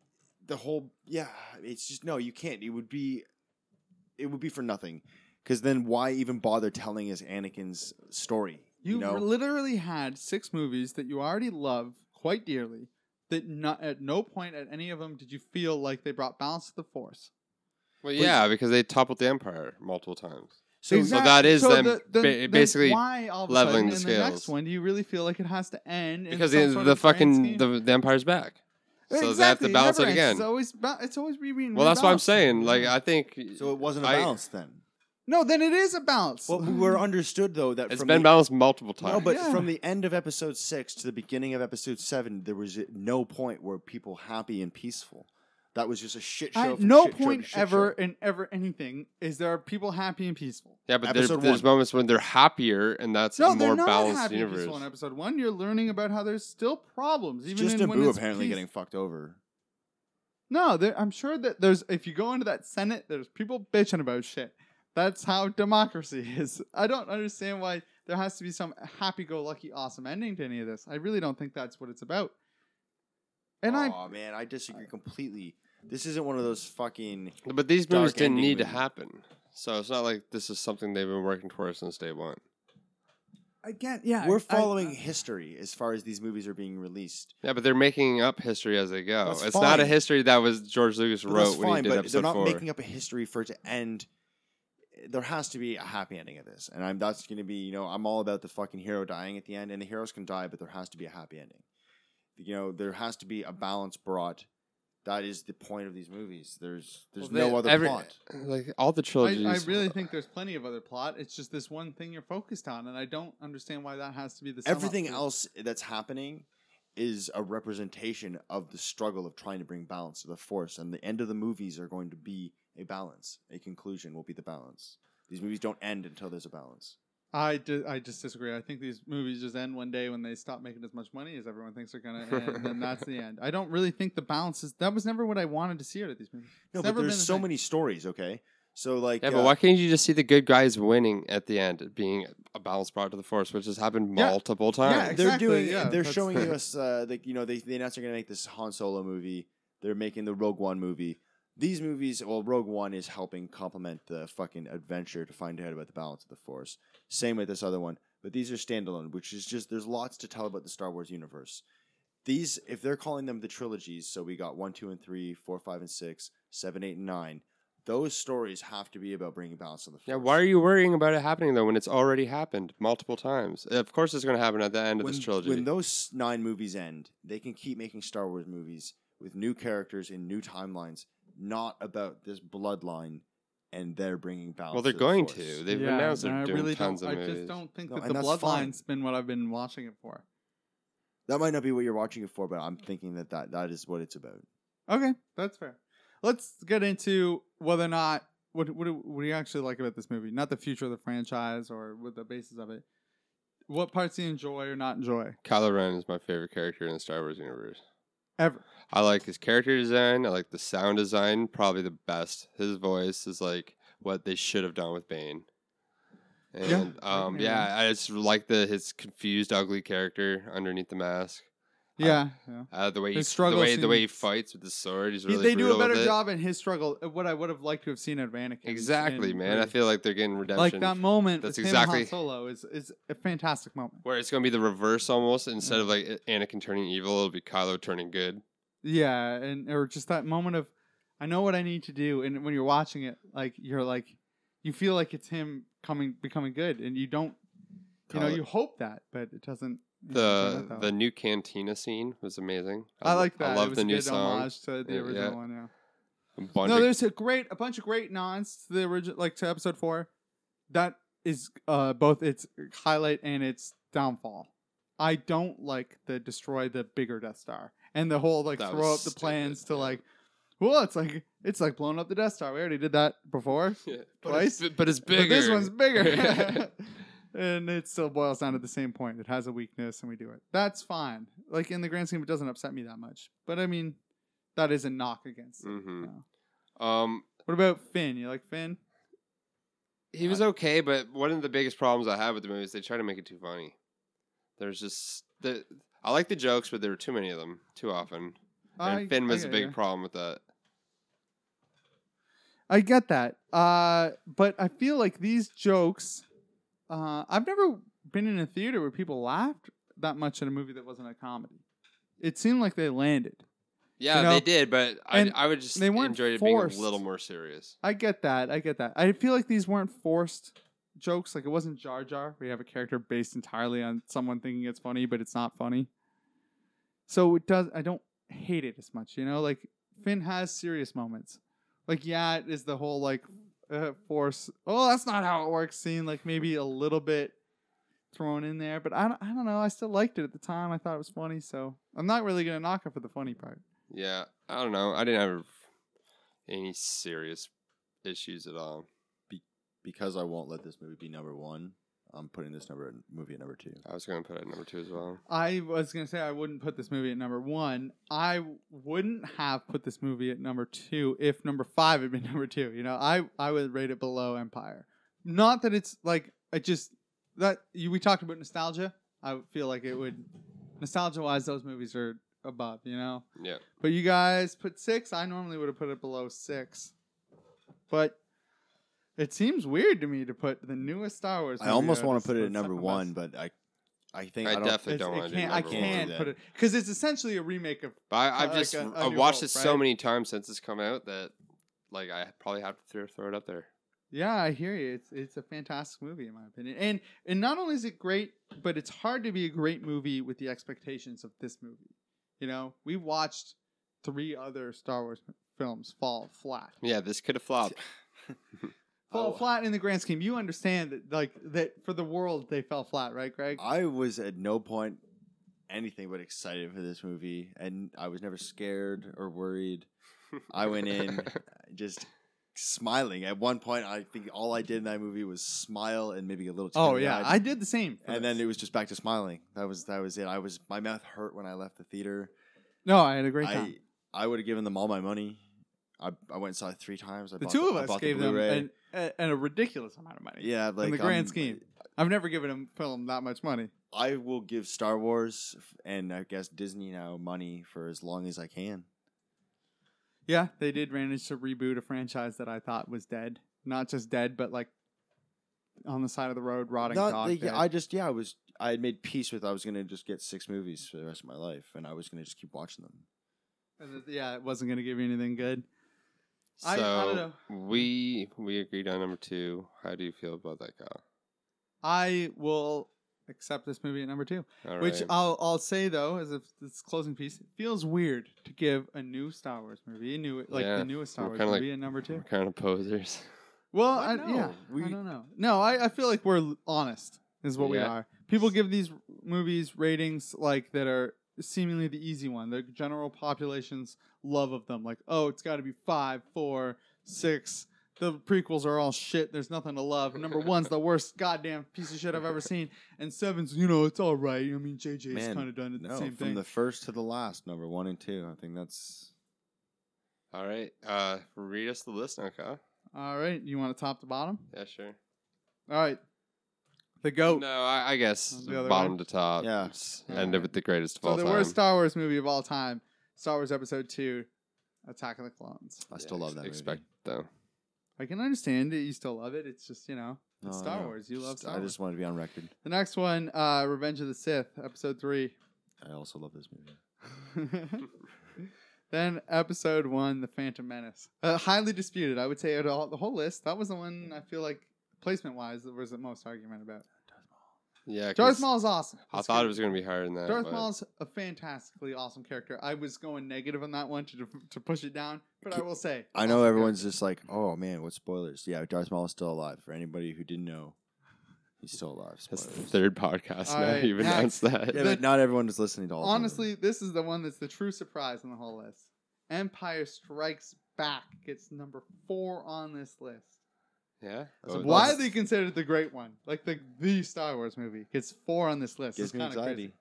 the whole yeah. It's just no. You can't. It would be, it would be for nothing, because then why even bother telling us Anakin's story? You, You know, literally had six movies that you already love quite dearly. That not at no point at any of them did you feel like they brought balance to the force. Well, yeah, because they toppled the empire multiple times. so Exactly. that is them ba- then basically why all of a leveling sudden the in the next scales. one do you really feel like it has to end? in Because some the, sort the of grand fucking scheme? the, the empire's back, so they have Exactly, to balance never it ends. again. It's always ba- it's always re- re- well, that's what I'm rebalanced. saying. Like I think so it wasn't a I- balance then. no, then it is a balance. Well, we were understood though that it's from been the, balanced multiple times. No, but Yeah. from the end of episode six to the beginning of episode seven, there was no point where people happy and peaceful. That was just a shit show. At from no shit show point to shit ever show. in ever anything is there people happy and peaceful. yeah, but there, episode there's one. moments when they're happier, and that's No, a they're more not balanced happy and universe. peaceful in episode one. You're learning about how there's still problems, even Just in when Naboo it's apparently peace- getting fucked over. No, there- I'm sure that there's. If you go into that Senate, there's people bitching about shit. That's how democracy [laughs] is. I don't understand why there has to be some happy-go-lucky, awesome ending to any of this. I really don't think that's what it's about. And I oh man, I disagree completely. This isn't one of those fucking. But these dark movies didn't ending need to movie. happen. So it's not like this is something they've been working towards since day one. again, yeah, I- We're I- following history as far as these movies are being released. Yeah, but they're making up history as they go. That's it's not a fine. history that was George Lucas But wrote that's when fine, he did but they're episode not four. making up a history for it to end. There has to be a happy ending of this, and I'm that's going to be you know I'm all about the fucking hero dying at the end, and the heroes can die, but there has to be a happy ending. You know, there has to be a balance brought. That is the point of these movies. There's there's Well, no they- other every- plot. [clears throat] Like all the I, trilogies. I really think there's plenty of other plot. It's just this one thing you're focused on, and I don't understand why that has to be the. sum up Everything for- else that's happening is a representation of the struggle of trying to bring balance to the force, and the end of the movies are going to be a balance. A conclusion will be the balance. These movies don't end until there's a balance. I, di- I just disagree. I think these movies just end one day when they stop making as much money as everyone thinks they're gonna, and [laughs] then that's the end. I don't really think the balance is. That was never what I wanted to see out of these movies. No, It's but never there's been a so thing. many stories. Okay, so like yeah, uh, but why can't you just see the good guys winning at the end, it being a balance brought to the force, which has happened Yeah. multiple Yeah, times? ex- they're Exactly, doing. yeah, they're that's- [laughs] showing us uh, like you know they they announced they're gonna make this Han Solo movie. They're making the Rogue One movie. These movies, well, Rogue One is helping complement the fucking adventure to find out about the balance of the Force. Same with this other one, but these are standalone, which is just there's lots to tell about the Star Wars universe. These, if they're calling them the trilogies, so we got one, two, and three, four, five, and six, seven, eight, and nine. Those stories have to be about bringing balance to the Force. yeah, why are you worrying about it happening though when it's already happened multiple times? Of course, it's going to happen at the end of this trilogy. when those nine movies end, they can keep making Star Wars movies with new characters in new timelines, not about this bloodline and they're bringing balance. well, they're the going Force. to. They've Yeah, announced and they're I doing really tons don't, of I movies. just don't think No, that and the that's fine. bloodline's been what I've been watching it for. That might not be what you're watching it for, but I'm thinking that that, that is what it's about. Okay, that's fair. Let's get into whether or not what what do, what do you actually like about this movie? Not the future of the franchise or what the basis of it. What parts do you enjoy or not enjoy? Kylo Ren is my favorite character in the Star Wars universe. Ever. I like his character design. I like the sound design, probably the best. His voice is like what they should have done with Bane. And Yeah, I um agree with yeah, I just like the his confused, ugly character underneath the mask. Yeah, yeah. Uh, the way he His the struggle way the way he scenes. fights with the sword, he's He- really they do a brutal with better it. job in his struggle. uh, What I would have liked to have seen at Anakin. Exactly, and man. I Vader. feel like they're getting redemption. like that moment. That's with exactly- him and Han Solo is is a fantastic moment. where it's gonna be the reverse almost. Instead of like Anakin turning evil, it'll be Kylo turning good. Yeah, and or just that moment of, I know what I need to do, and when you're watching it, like you're like, you feel like it's him coming becoming good, and you don't, you know, Kylo- you hope that, but it doesn't. it doesn't turn The out that the way. new cantina scene was amazing. I lo- like that. I it love was the a new good song. homage to the Yeah, original yeah. one. Yeah. Bundy- No, there's a great, a bunch of great nods to the original, like to episode four. That is uh, both its highlight and its downfall. I don't like the destroy the bigger Death Star and the whole like That throw up was the stupid, plans to yeah. like, well, it's like it's like blowing up the Death Star. We already did that before. [laughs] Yeah, twice, But it's, but it's but bigger. this one's [laughs] bigger. [laughs] and it still boils down to the same point. It has a weakness, and we do it. That's fine. Like in the grand scheme, it doesn't upset me that much. But I mean, that is a knock against. it. hmm No. Um, What about Finn? You like Finn? he was okay, but one of the biggest problems I have with the movie is they try to make it too funny. There's just the I like the jokes, but there were too many of them too often, and I- Finn was I a get big ya. problem with that. I get that. Uh, but I feel like these jokes. Uh, I've never been in a theater where people laughed that much at a movie that wasn't a comedy. It seemed like they landed. Yeah, You know, they did, but I, and I would just they weren't enjoy it being a forced. little more serious. I get that. I get that. I feel like these weren't forced jokes. Like it wasn't Jar Jar, where you have a character based entirely on someone thinking it's funny, but it's not funny. So it does. I don't hate it as much. You know, like Finn has serious moments. Like yeah, it is the whole like uh, force. Oh, that's not how it works. Scene like maybe a little bit thrown in there, but I don't, I don't know. I still liked it at the time. I thought it was funny, so I'm not really gonna knock it for the funny part. Yeah, I don't know. I didn't have any serious issues at all. because I won't let this movie be number one. I'm putting this number movie at number two. I was going to put it at number two as well. I was gonna say I wouldn't put this movie at number one. I wouldn't have put this movie at number two if number five had been [laughs] number two. You know, I I would rate it below Empire. Not that it's like I just that you, we talked about nostalgia. I feel like it would nostalgia wise, those movies are above. You know, Yeah. but you guys put six. I normally would have put it below six, but it seems weird to me to put the newest Star Wars. I movie almost uh, out want as- to put it at as number second one, best. but I, I think I I, don't. definitely It's- don't it want to do can't- I number one. can't Do put that. it because it's essentially a remake of But I, I've like just a- a I've new watched hope, it so right? many times since it's come out that like I probably have to throw, throw it up there. Yeah, I hear you. It's it's a fantastic movie in my opinion. And and not only is it great, but it's hard to be a great movie with the expectations of this movie. You know, we watched three other Star Wars films fall flat. Yeah, this could have flopped. Fall Oh. flat in the grand scheme. You understand that like that for the world they fell flat, right, Greg? I was at no point anything but excited for this movie, and I was never scared or worried. I [laughs] went in just smiling. At one point, I think all I did in that movie was smile and maybe a little. oh yeah, I teary-eyed, did the same. for and then this. it was just back to smiling. That was that was it. I was my mouth hurt when I left the theater. no, I had a great I time. I would have given them all my money. I, I went and saw it three times. I The bought two of I us bought the gave them Blu-ray. an, a, and a ridiculous amount of money. yeah, like in the grand I'm- scheme, I've never given a film that much money. I will give Star Wars f- and I guess Disney now money for as long as I can. Yeah, they did manage to reboot a franchise that I thought was dead. Not just dead, but like on the side of the road, rotting Not dog. the- dead. I just yeah, I was I had made peace with I was gonna just get six movies for the rest of my life, and I was gonna just keep watching them. And that- yeah, it wasn't going to give you anything good. So I- I don't we we agreed on number two. How do you feel about that, Kyle? I will accept this movie at number two. All Which right. I'll I'll say though, as if this closing piece, it feels weird to give a new Star Wars movie, a new like Yeah, the newest Star we're Wars kinda like- movie, at number two. we're kind of posers. [laughs] Well, What? I, No, yeah, we- I don't know. No, I, I feel like we're l- honest is what we Yeah. are. People give these movies ratings like that are seemingly the easy one. The general population's love of them, like oh, it's got to be five, four, six. The prequels are all shit. There's nothing to love. Number one's the worst goddamn piece of shit I've ever seen, and seven's you know it's all right. I mean, JJ's Man, kind of done it the No, same from thing. the first to the last, number one and two. I think that's All right, uh, read us the list now, Kyle. All right. You want to top to bottom? Yeah, sure. All right. The GOAT. No, I, I guess That was the other bottom one. to top. Yeah. Yes. End of it, the greatest of So all the time. worst Star Wars movie of all time, Star Wars Episode Two, Attack of the Clones. I still Yeah, love ex- that. movie. Expect though. I can understand it. You still love it. It's just you know, it's Oh, Oh, No, Star no, Wars. You love just- Star I Wars. just wanted to be on record. The next one, uh, Revenge of the Sith, Episode [laughs] Three. [laughs] I also love this movie. then Episode One, The Phantom Menace. Uh, highly disputed. I would say out of all, the whole list, that was the one I feel like placement wise there was the most argument about. Yeah. Darth 'cause Maul's awesome. I It's thought good. it was gonna be higher than that. Darth but- Maul's a fantastically awesome character. I was going negative on that one to to push it down, but I will say I know awesome everyone's character. just like, "Oh man, what spoilers?" Yeah, Darth Maul is still alive. For anybody who didn't know, he's still alive. That's the Spoilers. third podcast All now right, you've announced that. Yeah, but not everyone is listening to all. of them. honestly. This is the one that's the true surprise on the whole list. Empire Strikes Back gets number four on this list. Yeah. That's a Oh, Why that's- are they considered the great one? Like the the Star Wars movie gets four on this list. gives It's me kind of anxiety. crazy.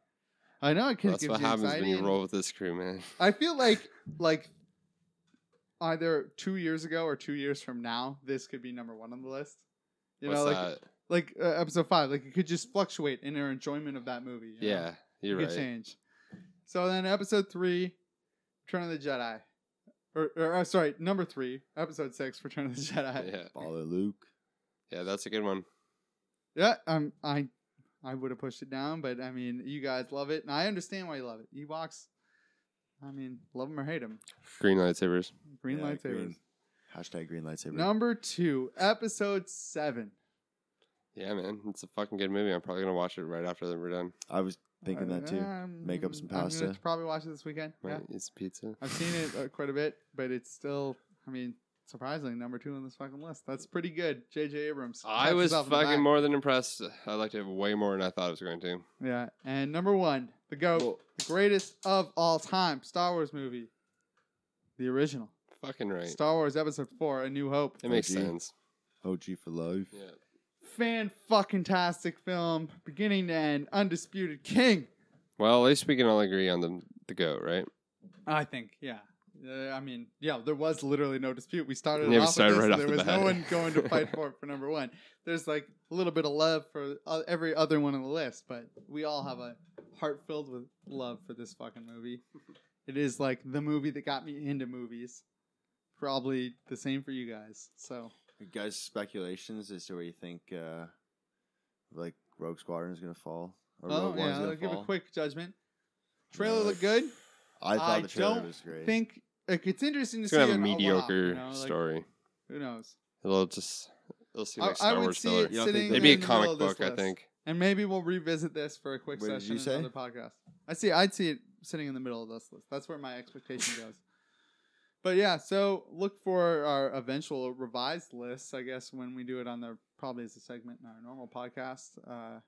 I know it can That's gives what you happens when anxiety. you and- roll with this crew, man. I feel like like either two years ago or two years from now, this could be number one on the list. You What's know, like that? like uh, episode five, like it could just fluctuate in our enjoyment of that movie. you know? yeah, it you're could right. change. So then, episode three, Return of the Jedi, or, or uh, sorry, number three, episode six, Return of the Jedi. [laughs] [laughs] Yeah, Follow Luke. yeah, that's a good one. Yeah, um, I, I would have pushed it down, but I mean, you guys love it, and I understand why you love it. Ewoks, I mean, love them or hate them, Green lightsabers. green Yeah, lightsabers. green. Hashtag green lightsaber. Number two, episode seven. Yeah, man, it's a fucking good movie. I'm probably gonna watch it right after that we're done. I was thinking Uh, that too. um, Make up some I'm gonna pasta. probably watch it this weekend. Yeah, Might eat some pizza. I've seen it uh, quite a bit, but it's still, I mean, surprisingly number two on this fucking list. That's pretty good. J.J. Abrams. I pats was himself on the back. fucking more than impressed. I liked it way more than I thought it was going to. Yeah, and number one, the goat, Well- the greatest of all time, Star Wars movie, the original. Fucking right. Star Wars Episode Four: A New Hope. It makes OG. sense. OG for life. Yeah. Fan fucking tastic film, beginning to end, undisputed king. Well, at least we can all agree on the the goat, right? I think, yeah. Uh, I mean, yeah, there was literally no dispute. We started it Yeah, we off started with this, right and there off the was no bat. one going [laughs] to fight for it for number one. There's like a little bit of love for uh, every other one on the list, but we all have a heart filled with love for this fucking [laughs] movie. It is like the movie that got me into movies. Probably the same for you guys. So You guys, speculations as to where you think, uh, like Rogue Squadron is gonna fall. Or Oh, Rogue One's yeah, gonna I'll give fall. a quick judgment. Trailer Yeah. looked good. I thought I the trailer don't was I great. think like it's interesting to It's see gonna have a an all-out, you mediocre know, like, story. Who knows? It'll just it'll seem I- like Star I would Wars see filler. it You don't think sitting that- It'd in be a the middle comic of this book, I list. think. And maybe we'll revisit this for a quick What did session you in say? another podcast. I see. I'd see it sitting in the middle of this list. That's where my expectation goes. But yeah, so look for our eventual revised lists, I guess, when we do it on the probably as a segment in our normal podcast, uh,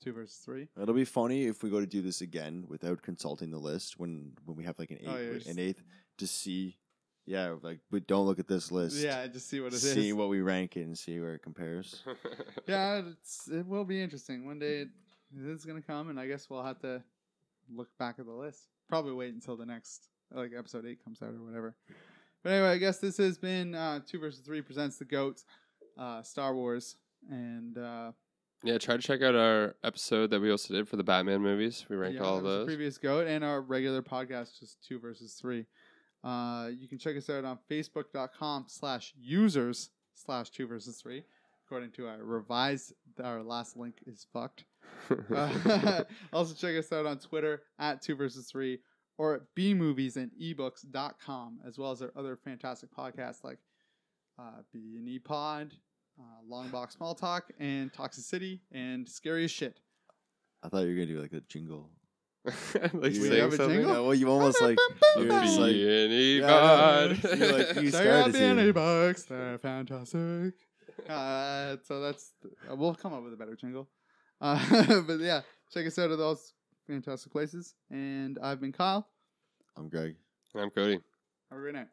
two versus three. It'll be funny if we go to do this again without consulting the list when when we have like an eighth, Oh, yeah, just- an eighth to see. Yeah, like but don't look at this list. Yeah, just see what it is. see what we rank it and see where it compares. [laughs] yeah, it's, it will be interesting. One day it is going to come, and I guess we'll have to look back at the list. Probably wait until the next, like, episode eight comes out or whatever. But anyway, I guess this has been uh, Two versus Three presents the goats, uh, Star Wars, and uh, Yeah, try to check out our episode that we also did for the Batman movies. We ranked yeah, all that was the those. previous goat and our regular podcast, just Two versus Three. Uh, you can check us out on Facebook.com slash users slash Two versus Three. According to our revised, our last link is fucked. [laughs] [laughs] Uh, [laughs] also check us out on Twitter at two versus three or at bmovies and ebooks.com as well as our other fantastic podcasts like uh, B and E Pod, uh, Long Box Small Talk, and Toxicity and Scary as Shit. I thought you were gonna do like a jingle. like You- We saying have a something? jingle? Yeah, well, you almost like you were just like [laughs] Beanie Yeah, I know. Bod. You, like, [laughs] you- Check out started the it. E Books, they're fantastic. Uh, so that's uh, we'll come up with a better jingle. Uh, [laughs] but yeah, check us out at those fantastic places. And I've been Kyle. I'm Greg. I'm Cody. Have a great night.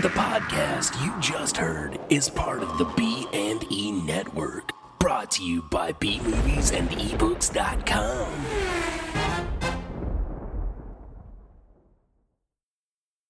The podcast you just heard is part of the E B&E E network, brought to you by bmovies and ebooks.com.